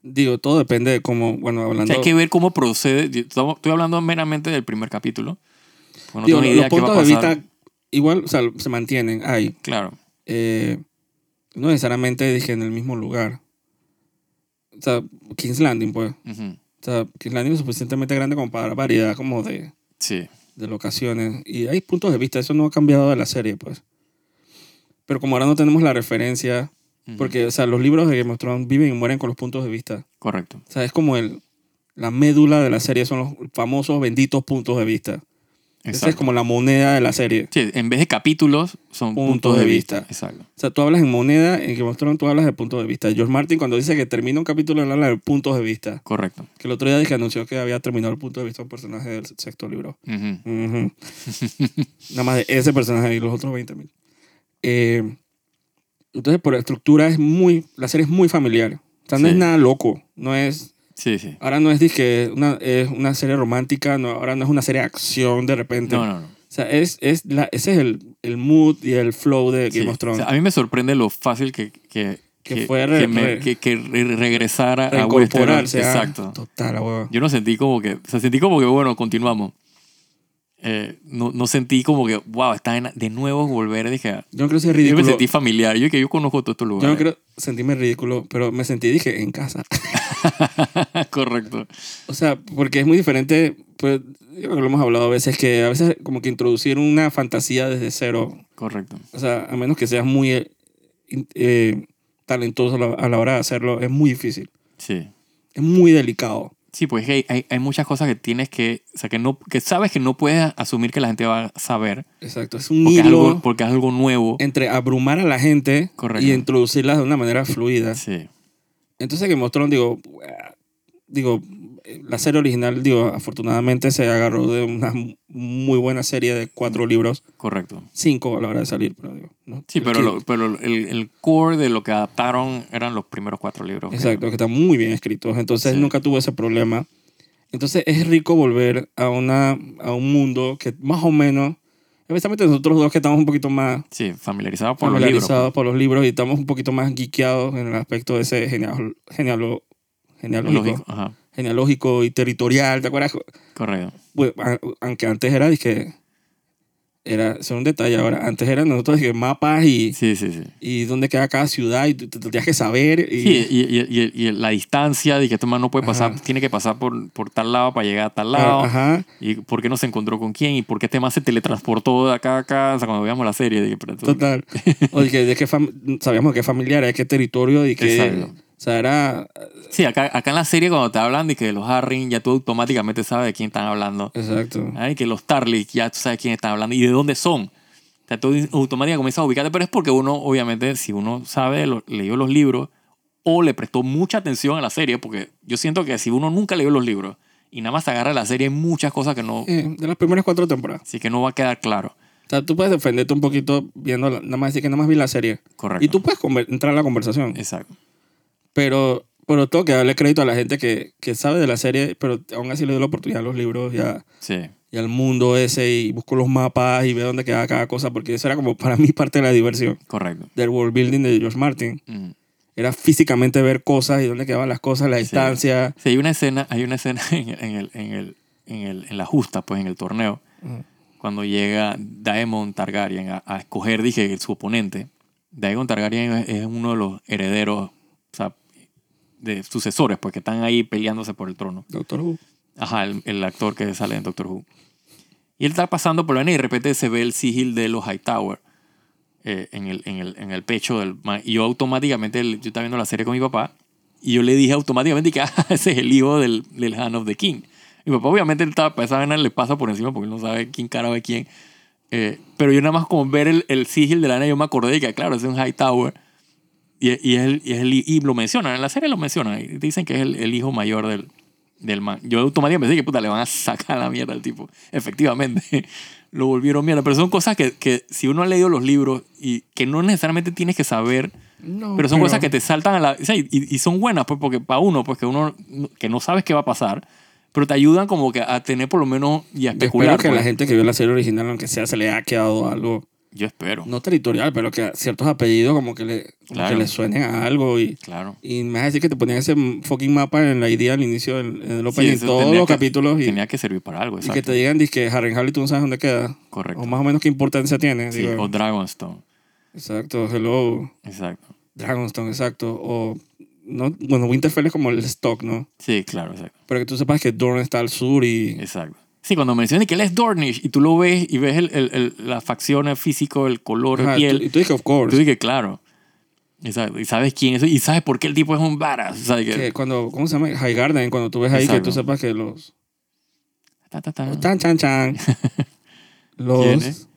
Speaker 1: Digo, todo depende de cómo, bueno,
Speaker 2: O
Speaker 1: hablando...
Speaker 2: sea, hay que ver cómo procede. Yo estamos- Estoy hablando meramente del primer capítulo. porque no
Speaker 1: digo,
Speaker 2: tengo ni
Speaker 1: los
Speaker 2: idea qué va a
Speaker 1: puntos de
Speaker 2: pasar.
Speaker 1: vista igual, o sea, se mantienen ahí.
Speaker 2: Claro,
Speaker 1: Eh, no necesariamente dije en el mismo lugar. o sea, King's Landing, pues.
Speaker 2: Ujú.
Speaker 1: O sea, King's Landing es suficientemente grande como para dar variedad como de,
Speaker 2: Sí.
Speaker 1: de locaciones. Y hay puntos de vista, eso no ha cambiado de la serie, pues. Pero como ahora no tenemos la referencia,
Speaker 2: Ujú.
Speaker 1: porque, o sea, los libros de Game of Thrones viven y mueren con los puntos de vista.
Speaker 2: Correcto.
Speaker 1: O sea, es como el, la médula de la serie, son los famosos benditos puntos de vista. Esa es
Speaker 2: Exacto.
Speaker 1: como la moneda de la serie.
Speaker 2: Sí, en vez de capítulos, son puntos, de, vista. Exacto.
Speaker 1: O sea, tú hablas en moneda, en Game of Thrones tú hablas de puntos de vista. George Martin cuando dice que termina un capítulo, él habla de puntos de vista.
Speaker 2: Correcto.
Speaker 1: Que el otro día dije, anunció que había terminado el punto de vista de un personaje del sexto libro.
Speaker 2: Ujú.
Speaker 1: Ujú. Nada más de ese personaje y los otros 20 mil. Eh, entonces, por estructura, es muy, la serie es muy familiar. O sea, no
Speaker 2: Sí.
Speaker 1: es nada loco. No es,
Speaker 2: Sí, sí.
Speaker 1: ahora no es dizque una, es una serie romántica, no, ahora no es una serie de acción de repente.
Speaker 2: No, no, no.
Speaker 1: O sea, es, es la, ese es el, el mood y el flow de Game
Speaker 2: Sí.
Speaker 1: of Thrones.
Speaker 2: O sea, a mí me sorprende lo fácil que, que,
Speaker 1: Que fue re-
Speaker 2: que me-
Speaker 1: re-
Speaker 2: que- que re- regresara a Westeros.
Speaker 1: Reincorporarse. ah,
Speaker 2: Exacto.
Speaker 1: Total, la hueva.
Speaker 2: Yo no sentí como que, o sea, sentí como que, bueno, continuamos. Eh, no, no sentí como que, wow, está en- de nuevo volver. Dije, ah,
Speaker 1: Yo no creo que sea
Speaker 2: yo me
Speaker 1: ridículo.
Speaker 2: sentí familiar. Yo que yo conozco todos estos
Speaker 1: Yo no
Speaker 2: lugares.
Speaker 1: creo sentirme ridículo, pero me sentí, dije, en casa.
Speaker 2: (laughs) Correcto.
Speaker 1: O sea, porque es muy diferente, pues yo creo que lo hemos hablado a veces, que a veces como que introducir una fantasía desde cero,
Speaker 2: Correcto.
Speaker 1: o sea, a menos que seas muy eh, in- eh, talentoso a la, a la hora de hacerlo, es muy difícil,
Speaker 2: Sí.
Speaker 1: es muy delicado.
Speaker 2: Sí, pues hey, hay, hay muchas cosas que tienes que, o sea, que, no, que sabes que no puedes asumir que la gente va a saber
Speaker 1: Exacto, es un
Speaker 2: porque, es
Speaker 1: hilo
Speaker 2: algo, porque es algo nuevo.
Speaker 1: entre abrumar a la gente
Speaker 2: Correcto.
Speaker 1: y introducirla de una manera fluida.
Speaker 2: Sí,
Speaker 1: Entonces que mostraron, digo, ah, digo, eh, la serie original, digo, afortunadamente se agarró de una mu- muy buena serie de cuatro libros,
Speaker 2: correcto.
Speaker 1: cinco a la hora de salir, pero digo, ¿no?
Speaker 2: Sí,
Speaker 1: El
Speaker 2: pero,
Speaker 1: que-
Speaker 2: lo- pero el, el core de lo que adaptaron eran los primeros cuatro libros.
Speaker 1: Exacto, que están muy bien escritos. Entonces
Speaker 2: Sí.
Speaker 1: nunca tuvo ese problema. Entonces es rico volver a, una, a un mundo que más o menos, especialmente nosotros dos que estamos un poquito más
Speaker 2: Sí, familiarizado por los libros. pues.
Speaker 1: familiarizados por los libros y estamos un poquito más geekeados en el aspecto de ese genial, genialo-
Speaker 2: pues,
Speaker 1: genealógico,
Speaker 2: Lógico. Ajá,
Speaker 1: genealógico y territorial, ¿te acuerdas?
Speaker 2: correcto.
Speaker 1: Bueno, a- aunque antes era, dije, era, son un detalle ahora, antes era nosotros dije, mapas y,
Speaker 2: Sí, sí, sí.
Speaker 1: y dónde queda cada ciudad y tú- tú tenías que saber. Y,
Speaker 2: Sí, y, y- y- y la distancia de que este man no puede pasar,
Speaker 1: Ajá.
Speaker 2: tiene que pasar por, por tal lado para llegar a tal lado.
Speaker 1: Ajá.
Speaker 2: ¿Y por qué no se encontró con quién? ¿Y por qué este man se teletransportó de acá a acá? O sea, cuando veamos la serie. Dije, pero tú- (laughs)
Speaker 1: Total. O de que, de que fam- sabíamos que familiar, de qué territorio y que...
Speaker 2: Exacto.
Speaker 1: O sea, era...
Speaker 2: Sí, acá, acá en la serie cuando te hablan de que los Harring, ya tú automáticamente sabes de quién están hablando.
Speaker 1: Exacto.
Speaker 2: Ay, que los Tarlik, ya tú sabes quién están hablando y de dónde son. O sea, tú automáticamente comienzas a ubicarte, pero es porque uno, obviamente, si uno sabe, lo- leyó los libros o le prestó mucha atención a la serie, porque yo siento que si uno nunca leyó los libros y nada más se agarra a la serie, hay muchas cosas que no,
Speaker 1: Eh, de las primeras cuatro temporadas.
Speaker 2: así que no va a quedar claro.
Speaker 1: O sea, tú puedes defenderte un poquito viendo, la- nada más decir que nada más vi la serie.
Speaker 2: Correcto.
Speaker 1: Y tú puedes conver- entrar a la conversación.
Speaker 2: Exacto.
Speaker 1: Pero, pero tengo que darle crédito a la gente que, que sabe de la serie, pero aún así le doy la oportunidad a los libros y, a-
Speaker 2: Sí,
Speaker 1: y al mundo ese y busco los mapas y veo dónde queda cada cosa, porque eso era como para mí parte de la diversión
Speaker 2: correcto.
Speaker 1: del world building de George Martin.
Speaker 2: Mm.
Speaker 1: Era físicamente ver cosas y dónde quedaban las cosas, la distancia.
Speaker 2: Sí, hay una escena, hay una escena (laughs) en el, en el, en el, en el- en la justa, pues en el torneo,
Speaker 1: Ujú.
Speaker 2: cuando llega Daemon Targaryen a, a escoger, dije, su oponente. Daemon Targaryen es, es uno de los herederos, o sea, de sucesores, pues que están ahí peleándose por el trono.
Speaker 1: Doctor Who.
Speaker 2: Ajá, el, el actor que sale en Doctor Who. Y él está pasando por la vaina y de repente se ve el sigil de los Hightower eh, en, el, en, el, en el pecho del man. Y yo automáticamente, el- yo estaba viendo la serie con mi papá, y yo le dije automáticamente que (laughs) "Ah, ese es el hijo del, del Hand of the King. Mi papá obviamente él estaba, esa vaina le pasa por encima porque él no sabe quién cara ve quién. Eh, pero yo nada más con ver el, el sigil de la vaina, yo me acordé de que, claro, ese es un Hightower. Y, y, es el, y, es el- y lo mencionan, en la serie lo mencionan. y Dicen que es el, el hijo mayor del, del man. Yo automáticamente pensé que puta, le van a sacar la mierda al tipo. Efectivamente, (laughs) lo volvieron mierda. Pero son cosas que, que si uno ha leído los libros y que no necesariamente tienes que saber,
Speaker 1: No,
Speaker 2: pero son cosas que te saltan a la... o sea, y, y son buenas, pues, porque para uno, pues, que uno no- que no sabes qué va a pasar, pero te ayudan como que a tener por lo menos y a
Speaker 1: Yo espero
Speaker 2: especular.
Speaker 1: que
Speaker 2: pues.
Speaker 1: la gente que vio la serie original, aunque sea, se le ha quedado algo,
Speaker 2: Yo espero,
Speaker 1: no territorial, pero que ciertos apellidos como que le, como
Speaker 2: Claro.
Speaker 1: que le suenen a algo. Y,
Speaker 2: claro.
Speaker 1: y me vas a decir que te ponían ese fucking mapa en la idea al inicio del, en el opening,
Speaker 2: eso
Speaker 1: todos
Speaker 2: tenía
Speaker 1: los
Speaker 2: que-
Speaker 1: capítulos. Y,
Speaker 2: Tenía que servir para algo,
Speaker 1: y
Speaker 2: exacto.
Speaker 1: que te digan que Harry Halley, tú no sabes dónde queda.
Speaker 2: Correcto.
Speaker 1: O más o menos qué importancia tiene.
Speaker 2: Sí,
Speaker 1: digo.
Speaker 2: o Dragonstone.
Speaker 1: Exacto, hello,
Speaker 2: Exacto.
Speaker 1: Dragonstone, exacto. O no, bueno, Winterfell es como el stock, ¿no?
Speaker 2: Sí, claro, exacto.
Speaker 1: Pero que tú sepas que Dorne está al sur y...
Speaker 2: exacto. Sí, cuando mencioné que él es Dornish y tú lo ves y ves el, el, el- la facción, el físico, el color,
Speaker 1: Ajá,
Speaker 2: de
Speaker 1: tú-
Speaker 2: piel.
Speaker 1: y tú dices, of
Speaker 2: Tú
Speaker 1: course.
Speaker 2: dices, claro. Exacto. Y sabes quién es y sabes por qué el tipo es un varas. O sea, que-
Speaker 1: Que cuando, ¿Cómo se llama? High Garden, cuando tú ves ahí que
Speaker 2: Exacto.
Speaker 1: tú sepas que los...
Speaker 2: Ta, ta, ta.
Speaker 1: Chan, chan,
Speaker 2: (laughs)
Speaker 1: chan.
Speaker 2: ¿Quién eh?
Speaker 1: Los...
Speaker 2: es?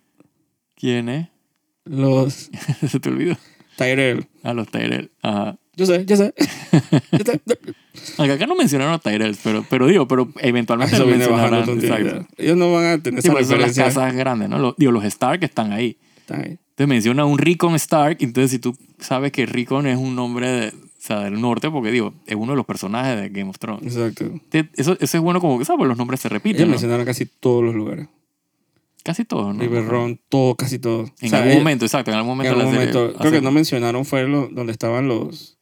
Speaker 2: ¿Quién es? (laughs)
Speaker 1: Los...
Speaker 2: Se te olvidó.
Speaker 1: Tyrell.
Speaker 2: A los Tyrell. Ajá.
Speaker 1: Yo sé, yo
Speaker 2: (laughs)
Speaker 1: sé. Yo sé.
Speaker 2: Aunque acá no mencionaron a Tyrell, pero, pero digo, pero eventualmente
Speaker 1: Ah, Eso
Speaker 2: lo
Speaker 1: viene bajando.
Speaker 2: mencionarán.
Speaker 1: tú no tienes
Speaker 2: Exacto.
Speaker 1: idea. Ellos no van a tener
Speaker 2: Sí, pues,
Speaker 1: esa
Speaker 2: porque son las
Speaker 1: referencia.
Speaker 2: casas grandes, ¿no? Los, digo, los Stark están ahí.
Speaker 1: Está ahí.
Speaker 2: Entonces menciona un Rickon Stark, entonces si tú sabes que Rickon es un nombre de- o sea, del norte, porque digo, es uno de los personajes de Game of Thrones.
Speaker 1: Exacto.
Speaker 2: Te- Eso, eso es bueno como que, ¿sabes? Pues Los nombres se
Speaker 1: Ellos
Speaker 2: repiten. ¿no?
Speaker 1: mencionaron casi todos los lugares.
Speaker 2: Casi todos, ¿no?
Speaker 1: River Run, todo, casi todo.
Speaker 2: En
Speaker 1: O sea,
Speaker 2: algún
Speaker 1: ellos-
Speaker 2: momento, exacto, en algún
Speaker 1: En
Speaker 2: momento.
Speaker 1: algún
Speaker 2: de la serie
Speaker 1: momento. Creo que
Speaker 2: hacen-
Speaker 1: no mencionaron fue lo- donde estaban los...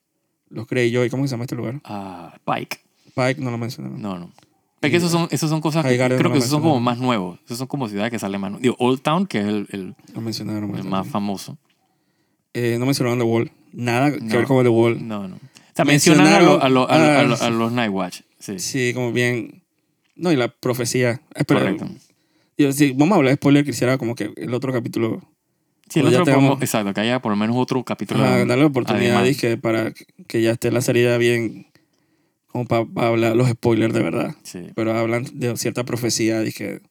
Speaker 1: Los Greyjoy. ¿Cómo se llama este lugar?
Speaker 2: Ah, Pike.
Speaker 1: Pike no lo mencionaron.
Speaker 2: No, no. Es que esos son, esos son cosas, que-
Speaker 1: Highgarden
Speaker 2: creo
Speaker 1: no
Speaker 2: que
Speaker 1: lo
Speaker 2: esos son como
Speaker 1: mencionaron.
Speaker 2: más nuevos. Esos son como ciudades que salen más nu- Digo, Old Town, que es el, el-
Speaker 1: No mencionaron.
Speaker 2: el más famoso.
Speaker 1: Eh, no mencionaron The Wall. Nada que
Speaker 2: No.
Speaker 1: ver con The Wall.
Speaker 2: No, no. O sea, mencionan a, lo- a, lo- a, lo- a lo-
Speaker 1: Ah,
Speaker 2: a los Night Watch. Sí,
Speaker 1: Sí, como bien... No, y la profecía. Eh, pero-
Speaker 2: correcto.
Speaker 1: Yo, sí, vamos a hablar de spoiler que hiciera como que el otro capítulo.
Speaker 2: Sí, el
Speaker 1: Pues ya
Speaker 2: otro
Speaker 1: tenemos-
Speaker 2: podemos- exacto, que haya por lo menos otro capítulo.
Speaker 1: Ajá, darle la oportunidad
Speaker 2: además.
Speaker 1: dizque, para que ya esté la serie ya bien, como para hablar los spoilers de verdad.
Speaker 2: Sí.
Speaker 1: Pero hablan de cierta profecía, dije.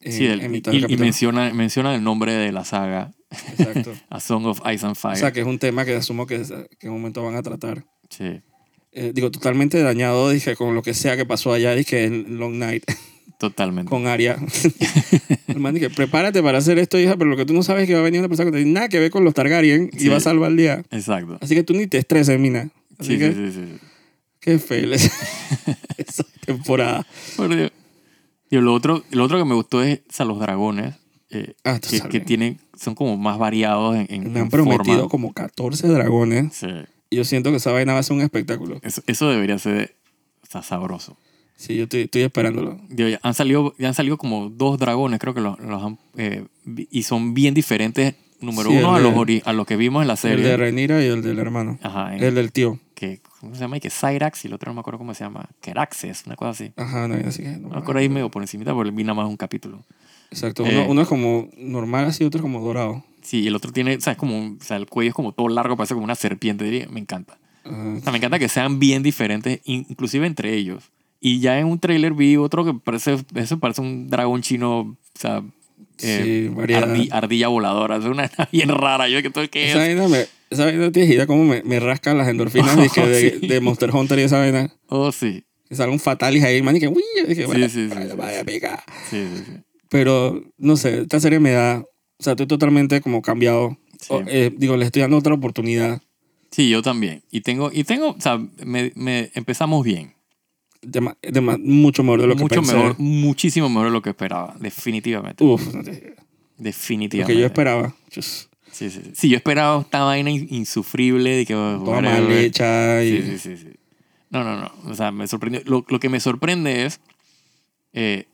Speaker 1: En,
Speaker 2: Sí, el-
Speaker 1: en
Speaker 2: y,
Speaker 1: mitad del
Speaker 2: y
Speaker 1: capítulo.
Speaker 2: menciona, menciona el nombre de la saga, (laughs)
Speaker 1: Exacto.
Speaker 2: A Song of Ice and Fire.
Speaker 1: O sea, que es un tema que asumo que, que en un momento van a tratar.
Speaker 2: Sí,
Speaker 1: Eh, digo, totalmente dañado, dije, con lo que sea que pasó allá, dije, en Long Night,
Speaker 2: totalmente.
Speaker 1: con Aria. (laughs) El man dije, prepárate para hacer esto, hija, pero lo que tú no sabes es que va a venir una persona que no tiene nada que ver con los Targaryen y
Speaker 2: Sí.
Speaker 1: va a salvar el día.
Speaker 2: Exacto.
Speaker 1: Así que tú ni te estreses, mina. Así
Speaker 2: Sí,
Speaker 1: que,
Speaker 2: sí, sí, sí, sí.
Speaker 1: qué feo es- (laughs) esa temporada.
Speaker 2: Por Dios. Y lo otro, lo otro que me gustó es o sea, los dragones, eh,
Speaker 1: Ah, esto
Speaker 2: que,
Speaker 1: sale.
Speaker 2: que tienen, son como más variados en, en-
Speaker 1: Me han
Speaker 2: en
Speaker 1: prometido
Speaker 2: forma.
Speaker 1: como 14 dragones.
Speaker 2: Sí.
Speaker 1: Y yo siento que esa vaina va a ser un espectáculo.
Speaker 2: Eso, eso debería ser o sea, sabroso.
Speaker 1: Sí, yo estoy, estoy esperándolo.
Speaker 2: Digo, ya han, salido, ya han salido como dos dragones, creo que los, los han, eh, vi- y son bien diferentes, número
Speaker 1: Sí,
Speaker 2: uno,
Speaker 1: el
Speaker 2: a los,
Speaker 1: de-
Speaker 2: ori- a los que vimos en la
Speaker 1: El
Speaker 2: serie.
Speaker 1: de Renira y el del hermano.
Speaker 2: Ajá, en-
Speaker 1: El del tío.
Speaker 2: que, ¿cómo se llama? Y que Cyrax y el otro no me acuerdo cómo se llama. Keraxes, una cosa así.
Speaker 1: Ajá, no, así que. no
Speaker 2: No
Speaker 1: me
Speaker 2: me acuerdo ahí medio Ah, por encimita porque vi nada más un capítulo.
Speaker 1: Exacto.
Speaker 2: Eh.
Speaker 1: Uno, uno es como normal así, otro es como dorado.
Speaker 2: Sí, y el otro tiene, o sea, es como, un- o sea, el cuello es como todo largo, parece como una serpiente. diría. Me encanta.
Speaker 1: Ajá.
Speaker 2: O sea, me encanta que sean bien diferentes, in- inclusive entre ellos. Y ya en un tráiler vi otro que parece, eso parece un dragón chino, o sea, eh,
Speaker 1: sí, variedad.
Speaker 2: ardi- ardilla voladora. Es una (laughs) bien rara. Yo que todo que
Speaker 1: Esa
Speaker 2: es.
Speaker 1: vaina, me, esa vaina no tienes idea cómo me, me rascan las
Speaker 2: (laughs)
Speaker 1: endorfinas dizque, de,
Speaker 2: Sí.
Speaker 1: de Monster Hunter y esa vaina.
Speaker 2: Oh, sí.
Speaker 1: Que salen fatalis ahí, man, y que, uy, yo dije, vaya,
Speaker 2: sí, sí,
Speaker 1: vaya,
Speaker 2: sí.
Speaker 1: vaya pica.
Speaker 2: Sí, sí, sí.
Speaker 1: Pero, no sé, esta serie me da, o sea, estoy totalmente como cambiado.
Speaker 2: Sí.
Speaker 1: O, eh, digo, le estoy dando otra oportunidad.
Speaker 2: Sí, yo también. Y tengo, y tengo, o sea, me- me empezamos bien.
Speaker 1: Dema- dema- mucho mejor de lo que
Speaker 2: mucho
Speaker 1: pensé.
Speaker 2: mejor, muchísimo mejor de lo que esperaba, definitivamente.
Speaker 1: Uf, no te- lo
Speaker 2: definitivamente.
Speaker 1: que yo esperaba. Chus,
Speaker 2: Sí, sí, sí. Sí, yo esperaba esta vaina in- insufrible de que
Speaker 1: toda mal hecha y
Speaker 2: Sí, sí, sí, sí. No, no, no. O sea, me sorprendió. Lo, lo que me sorprende es eh,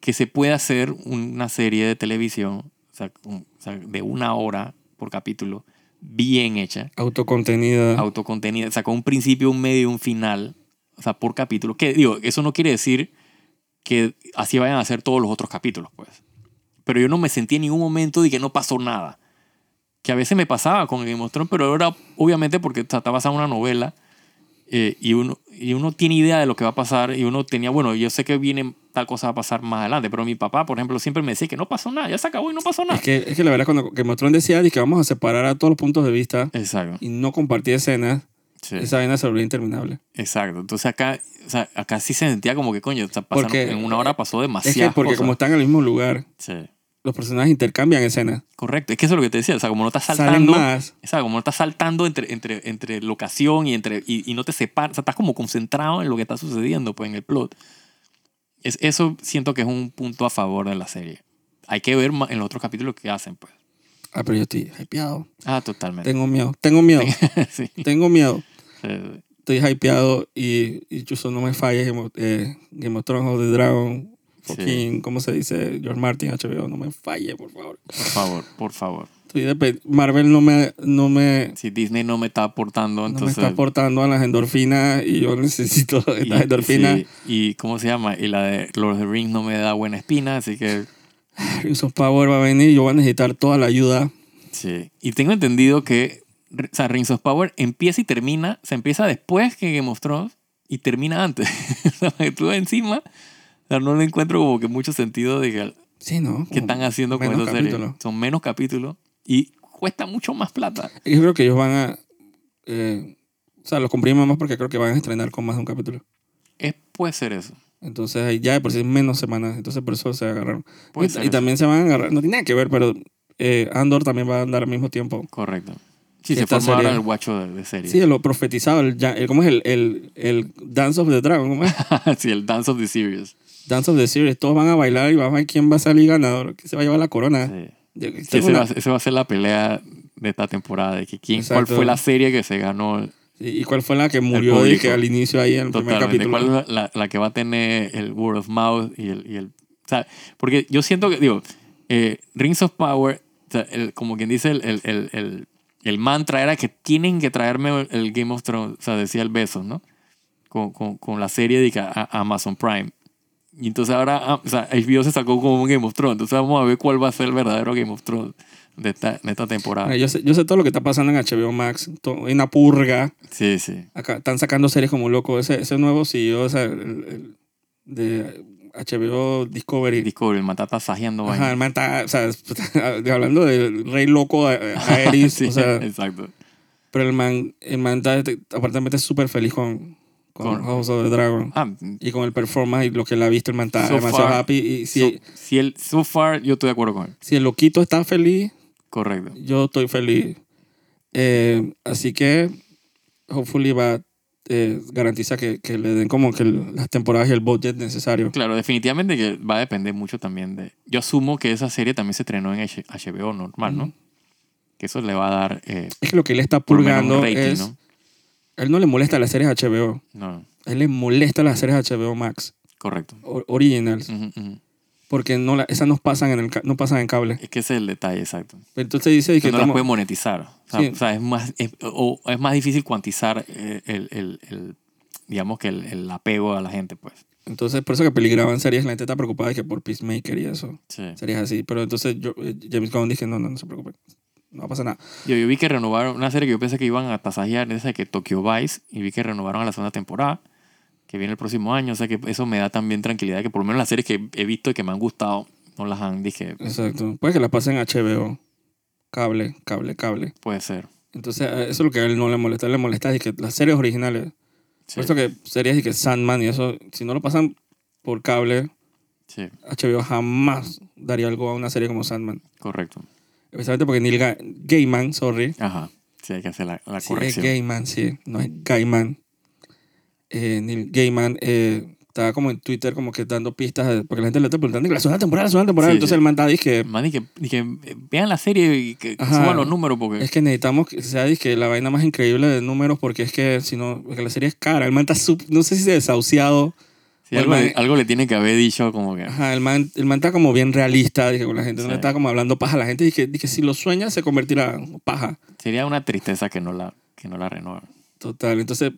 Speaker 2: que se pueda hacer una serie de televisión, o sea, un- o sea, de una hora por capítulo, bien hecha,
Speaker 1: autocontenida.
Speaker 2: autocontenida, o sea, con un principio, un medio, un final, o sea, por capítulo. Que digo, eso no quiere decir que así vayan a ser todos los otros capítulos, pues. Pero yo no me sentí en ningún momento de que no pasó nada. Que a veces me pasaba con Game of Thrones, pero era obviamente porque o sea, está basada en una novela eh, y, uno, y uno tiene idea de lo que va a pasar y uno tenía, bueno, yo sé que viene tal cosa va a pasar más adelante, pero mi papá, por ejemplo, siempre me decía que no pasó nada, ya se acabó y no pasó nada.
Speaker 1: es, que, es que la verdad, cuando que Mostrón decía que vamos a separar a todos los puntos de vista
Speaker 2: Exacto.
Speaker 1: y no compartir escenas,
Speaker 2: sí.
Speaker 1: esa vaina se volvió interminable.
Speaker 2: Exacto. Entonces acá, o sea, acá sí se sentía como que coño, o sea, pasaron-
Speaker 1: Porque-
Speaker 2: en una hora pasó
Speaker 1: Es
Speaker 2: demasiado.
Speaker 1: que porque como están en el mismo lugar, los personajes intercambian escenas.
Speaker 2: Correcto. Es que eso es lo que te decía. O sea, como no estás
Speaker 1: Salen
Speaker 2: saltando.
Speaker 1: más.
Speaker 2: Exacto, como no estás saltando entre, entre, entre locación y entre. Y, y no te separas. O sea, estás como concentrado en lo que está sucediendo, pues, en el plot. Es, eso siento que es un punto a favor de la serie. Hay que ver ma- en los otros capítulos que hacen, pues.
Speaker 1: Ah, pero yo estoy hypeado.
Speaker 2: Ah, totalmente.
Speaker 1: Tengo miedo. Tengo miedo.
Speaker 2: (laughs) sí, sí,
Speaker 1: tengo miedo.
Speaker 2: sí.
Speaker 1: Estoy hypeado y, y Chuzo no me falla. Game of, eh, Game of Thrones, House of the Dragon, fucking, ¿cómo se dice? George Martin, HBO, no me falle, por favor.
Speaker 2: Por favor, por favor.
Speaker 1: estoy depe- Marvel no me, no me,
Speaker 2: Si Disney no me está aportando,
Speaker 1: no me
Speaker 2: entonces...
Speaker 1: está aportando a las endorfinas y yo necesito (laughs)
Speaker 2: (laughs) y-
Speaker 1: estas endorfinas.
Speaker 2: sí, y cómo se llama, y la de Lord of the Rings no me da buena espina, así que
Speaker 1: Rings of Power va a venir y yo voy a necesitar toda la ayuda.
Speaker 2: sí. Y tengo entendido que o sea, Rings of Power empieza y termina, se empieza después que Game of Thrones y termina antes. (laughs) o sea, que tú encima, o sea, no le encuentro como que mucho sentido de que
Speaker 1: Sí, ¿no?
Speaker 2: ¿Qué están haciendo con
Speaker 1: menos
Speaker 2: esa serie?
Speaker 1: capítulos.
Speaker 2: Son menos capítulos y cuesta mucho más plata.
Speaker 1: Yo creo que ellos van a... eh, o sea, los comprimimos más porque creo que van a estrenar con más de un capítulo.
Speaker 2: Es, puede ser eso.
Speaker 1: Entonces ahí ya de por sí menos semanas. Entonces por eso se agarraron.
Speaker 2: Puede
Speaker 1: y,
Speaker 2: ser
Speaker 1: y
Speaker 2: eso.
Speaker 1: también se van a agarrar. No tiene nada que ver, pero eh, Andor también va a andar al mismo tiempo.
Speaker 2: Correcto. Sí, se
Speaker 1: Esta
Speaker 2: forma ahora
Speaker 1: serie-
Speaker 2: el guacho de, de serie.
Speaker 1: Sí,
Speaker 2: (laughs) Sí.
Speaker 1: lo profetizado. El, ya- el- ¿Cómo es? El, el, el Dance of the Dragon. ¿Cómo
Speaker 2: (laughs)
Speaker 1: es?
Speaker 2: el Dance of the Series.
Speaker 1: Dance of the Series. Todos van a bailar y vamos a ver quién va a salir ganador. ¿Quién se va a llevar la corona?
Speaker 2: Sí.
Speaker 1: Yo-
Speaker 2: Sí,
Speaker 1: tengo
Speaker 2: ese,
Speaker 1: una-
Speaker 2: va, a ser- ese va a ser la pelea de esta temporada. De que quién,
Speaker 1: Exacto.
Speaker 2: ¿Cuál fue la serie que se ganó
Speaker 1: Sí, ¿Y cuál fue la que murió y
Speaker 2: público.
Speaker 1: que al inicio ahí en el primer
Speaker 2: totalmente?
Speaker 1: capítulo?
Speaker 2: ¿Cuál es la, la que va a tener el word of mouth y el... y el- o sea, porque yo siento que, digo, eh, Rings of Power, o sea, el- como quien dice, el, el, el, el- el mantra era que tienen que traerme el, el Game of Thrones, o sea, decía el beso, ¿no? Con, con, con la serie de que a- a Amazon Prime. Y entonces ahora, ah, o sea, HBO se sacó como un Game of Thrones. Entonces vamos a ver cuál va a ser el verdadero Game of Thrones de esta, de esta temporada.
Speaker 1: Mira, Yo sé, yo sé todo lo que está pasando en HBO Max, to- en la purga.
Speaker 2: Sí, sí.
Speaker 1: Acá están sacando series como loco. Ese, ese nuevo CEO o sea, el- el- de HBO Discovery.
Speaker 2: Discovery, el matata sajeando
Speaker 1: Ajá,
Speaker 2: vaina.
Speaker 1: el man (laughs) está, o sea, hablando del rey loco a-
Speaker 2: (laughs)
Speaker 1: a Aerys,
Speaker 2: Sí,
Speaker 1: o sea,
Speaker 2: exacto.
Speaker 1: pero el man, el man está este, aparentemente súper feliz con, con
Speaker 2: Con-
Speaker 1: House of the Dragon
Speaker 2: Ah,
Speaker 1: y con el performance y lo que él ha visto, el man está
Speaker 2: So
Speaker 1: demasiado
Speaker 2: far,
Speaker 1: happy. Y
Speaker 2: si,
Speaker 1: si,
Speaker 2: si él, so far, yo estoy de acuerdo con él.
Speaker 1: si el loquito está feliz,
Speaker 2: Correcto.
Speaker 1: yo estoy feliz. Eh, así que, hopefully, va eh, garantiza que, que le den como que el- las temporadas y el budget necesario.
Speaker 2: Claro, definitivamente que va a depender mucho también de. Yo asumo que esa serie también se estrenó en H- HBO normal, ¿no?
Speaker 1: Ujú.
Speaker 2: Que eso le va a dar. eh,
Speaker 1: Es que lo que él está
Speaker 2: por lo menos un
Speaker 1: pulgando
Speaker 2: rating,
Speaker 1: es.
Speaker 2: ¿no?
Speaker 1: A él no le molesta las series HBO.
Speaker 2: No,
Speaker 1: A él le molesta las series HBO Max
Speaker 2: correcto.
Speaker 1: o- Originals
Speaker 2: Ujú, ujú.
Speaker 1: porque no la- esas no pasan en el ca- no pasan en cable.
Speaker 2: Es que ese es el detalle, exacto.
Speaker 1: Entonces dice que
Speaker 2: Que no las
Speaker 1: estamos-
Speaker 2: puede monetizar. O sea,
Speaker 1: Sí.
Speaker 2: o sea, es, más, es, o es más difícil cuantizar eh, el, el- el- digamos que el, el apego a la gente, pues.
Speaker 1: entonces por eso que peligraban series, la gente está preocupada de que por Peacemaker y eso,
Speaker 2: Sí.
Speaker 1: series así, pero entonces yo, eh, James Gunn dije, "No, no, no se preocupen. No pasa nada."
Speaker 2: Yo, yo vi que renovaron una serie que yo pensé que iban a tasajear, esa de que Tokyo Vice, y vi que renovaron a la segunda temporada, que viene el próximo año. O sea que eso me da también tranquilidad, que por lo menos las series que he visto y que me han gustado, no las han, dije,
Speaker 1: Exacto. Puede que la pasen en HBO. Cable, cable, cable.
Speaker 2: puede ser.
Speaker 1: Entonces, eh, eso es lo que a él no le molesta. A él le molesta es que las series originales.
Speaker 2: Sí,
Speaker 1: Por eso que series y que Sandman y eso, si no lo pasan por cable,
Speaker 2: sí,
Speaker 1: HBO jamás daría algo a una serie como Sandman.
Speaker 2: correcto.
Speaker 1: Especialmente porque Neil Ga- Gaiman, sorry.
Speaker 2: Ajá, sí, hay que hacer la, la
Speaker 1: Sí, es
Speaker 2: corrección.
Speaker 1: Gaiman, sí, no es Gaiman. Eh, Neil Gaiman eh, estaba como en Twitter como que dando pistas, de- porque la gente le está preguntando, "Dice, la segunda temporada, la segunda temporada.
Speaker 2: Sí,
Speaker 1: Entonces
Speaker 2: sí.
Speaker 1: el man está, dije,
Speaker 2: Man, dije, dije, vean la serie y que
Speaker 1: Ajá.
Speaker 2: suban los números, porque
Speaker 1: es que necesitamos que sea dizque, la vaina más increíble de números, porque es que si no, porque la serie es cara. El man está, sup- no sé si se desahuciado.
Speaker 2: sí,
Speaker 1: o el
Speaker 2: algo,
Speaker 1: man-
Speaker 2: le- algo le tiene que haber dicho, como que.
Speaker 1: Ajá, el man, el man está como bien realista, dije, con la gente. No le
Speaker 2: Sí.
Speaker 1: está como hablando paja a la gente. Dije, dije, si lo sueña, se convertirá en paja.
Speaker 2: Sería una tristeza que no la, que no la renueven.
Speaker 1: Total, entonces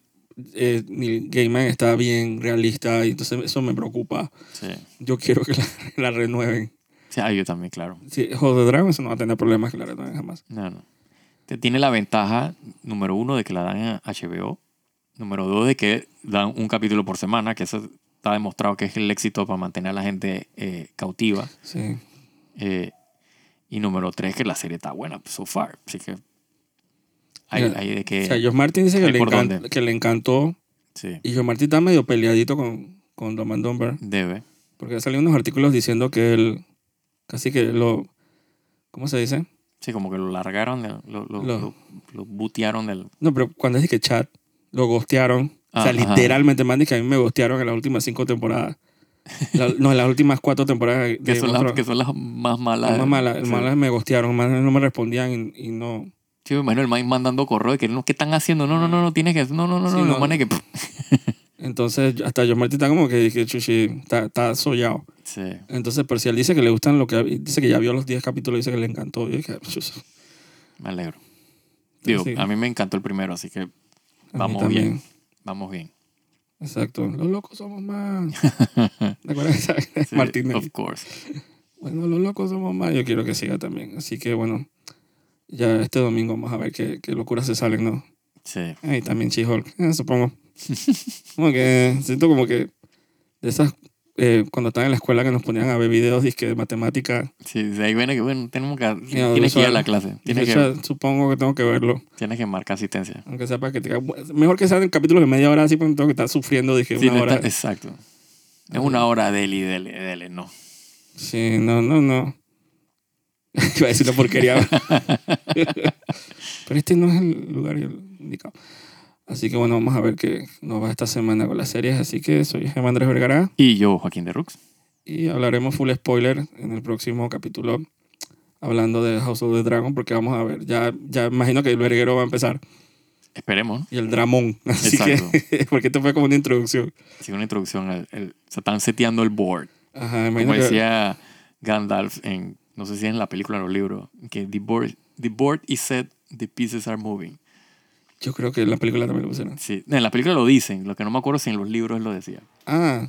Speaker 1: eh, Neil Gaiman está bien realista y entonces eso me preocupa.
Speaker 2: Sí.
Speaker 1: Yo quiero que la, (laughs) la renueven.
Speaker 2: Sí, ah, yo también, claro.
Speaker 1: Sí, Joder Dragon eso no va a tener problemas que la renueven jamás.
Speaker 2: No, no. Te- Tiene la ventaja, número uno, de que la dan a HBO. Número dos, de que dan un capítulo por semana, que eso está demostrado que es el éxito para mantener a la gente eh, cautiva.
Speaker 1: Sí.
Speaker 2: Eh, y número tres, que la serie está buena so far. Así que hay,
Speaker 1: Mira,
Speaker 2: hay de
Speaker 1: O sea,
Speaker 2: que...
Speaker 1: George Martin dice que
Speaker 2: ¿hay
Speaker 1: le,
Speaker 2: por
Speaker 1: encan-
Speaker 2: dónde?
Speaker 1: que le encantó
Speaker 2: Sí,
Speaker 1: y George Martin está medio peleadito con, con Roman Dunbar
Speaker 2: debe.
Speaker 1: porque salieron unos artículos diciendo que él casi que lo... ¿Cómo se dice?
Speaker 2: Sí, como que lo largaron, de- lo,
Speaker 1: Lo-
Speaker 2: lo, lo- lo butearon del...
Speaker 1: No, pero cuando es que chat, lo gostearon. o sea,
Speaker 2: Ah, ajá.
Speaker 1: literalmente, man, que a mí me gostearon en las últimas cinco temporadas. La- no, en las últimas cuatro temporadas. de
Speaker 2: (laughs) Que
Speaker 1: Game
Speaker 2: son,
Speaker 1: of
Speaker 2: las,
Speaker 1: Thrones.
Speaker 2: que son las más malas.
Speaker 1: Las más malas, las
Speaker 2: Sí.
Speaker 1: malas me gostearon, más no me respondían y, y no.
Speaker 2: Sí, me imagino el man mandando correo de que no, ¿qué están haciendo? No, no, no, no, tienes que... No, no, no,
Speaker 1: Sí,
Speaker 2: no,
Speaker 1: no.
Speaker 2: los manes que...
Speaker 1: Entonces, hasta yo Martín está como que, que chuchi, está, está sollado.
Speaker 2: Sí.
Speaker 1: Entonces, pero si él dice que le gustan lo que. Dice que ya vio los 10 capítulos, dice que le encantó. Yo dije, "Chus,
Speaker 2: Me alegro. Digo,
Speaker 1: Sí.
Speaker 2: a mí me encantó el primero, así que
Speaker 1: mí
Speaker 2: vamos
Speaker 1: también.
Speaker 2: bien. Vamos bien.
Speaker 1: Exacto. Los locos somos más.
Speaker 2: (laughs)
Speaker 1: ¿Te acuerdas? esa?
Speaker 2: Sí,
Speaker 1: Martín.
Speaker 2: Of course.
Speaker 1: Bueno, los locos somos más. Yo quiero que siga también. Así que bueno, ya este domingo vamos a ver qué, qué locuras se salen, ¿no?
Speaker 2: Sí.
Speaker 1: Ah, Y también She-Hulk, eh,
Speaker 2: (laughs)
Speaker 1: supongo. como que siento como que de esas, eh, cuando estaba en la escuela que nos ponían a ver videos disque de matemática,
Speaker 2: Sí, de ahí viene que, bueno, tenemos que,
Speaker 1: Ya,
Speaker 2: tienes que ir a
Speaker 1: visual.
Speaker 2: la clase. Tienes
Speaker 1: yo
Speaker 2: que,
Speaker 1: ya supongo que tengo que verlo.
Speaker 2: tienes que marcar asistencia.
Speaker 1: Aunque sea para que tenga, mejor que sean en capítulos de media hora, así porque no tengo que estar sufriendo, dije,
Speaker 2: Sí,
Speaker 1: una
Speaker 2: no
Speaker 1: hora.
Speaker 2: está- exacto. Es una hora dele y dele, dele, no.
Speaker 1: Sí, no, no, no. (laughs) Iba a decir una
Speaker 2: (laughs)
Speaker 1: porquería. Pero este no es el lugar y el indicado. Así que bueno, vamos a ver qué nos va esta semana con las series. Así que soy Gemma Andrés Vergara.
Speaker 2: Y yo, Joaquín de Rux.
Speaker 1: Y hablaremos full spoiler en el próximo capítulo hablando de House of the Dragon porque vamos a ver, ya, ya imagino que el verguero va a empezar
Speaker 2: Esperemos, ¿no?
Speaker 1: y el dramón, (laughs) así que (laughs) porque esto fue como una introducción.
Speaker 2: Así una introducción. al- el- se están seteando el board.
Speaker 1: Ajá,
Speaker 2: Como
Speaker 1: imagino que
Speaker 2: decía Gandalf en, no sé si en la película o en los libros, que the board, the board is set, the pieces are moving.
Speaker 1: yo creo que en la película también lo pusieron.
Speaker 2: Sí, en la película lo dicen, lo que no me acuerdo si en los libros lo decía.
Speaker 1: Ah,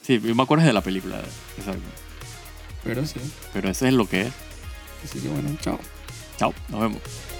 Speaker 2: Sí, yo me acuerdo es de la película, exacto.
Speaker 1: pero sí.
Speaker 2: Pero eso es lo que es.
Speaker 1: Así que bueno, chao.
Speaker 2: Chao, nos vemos.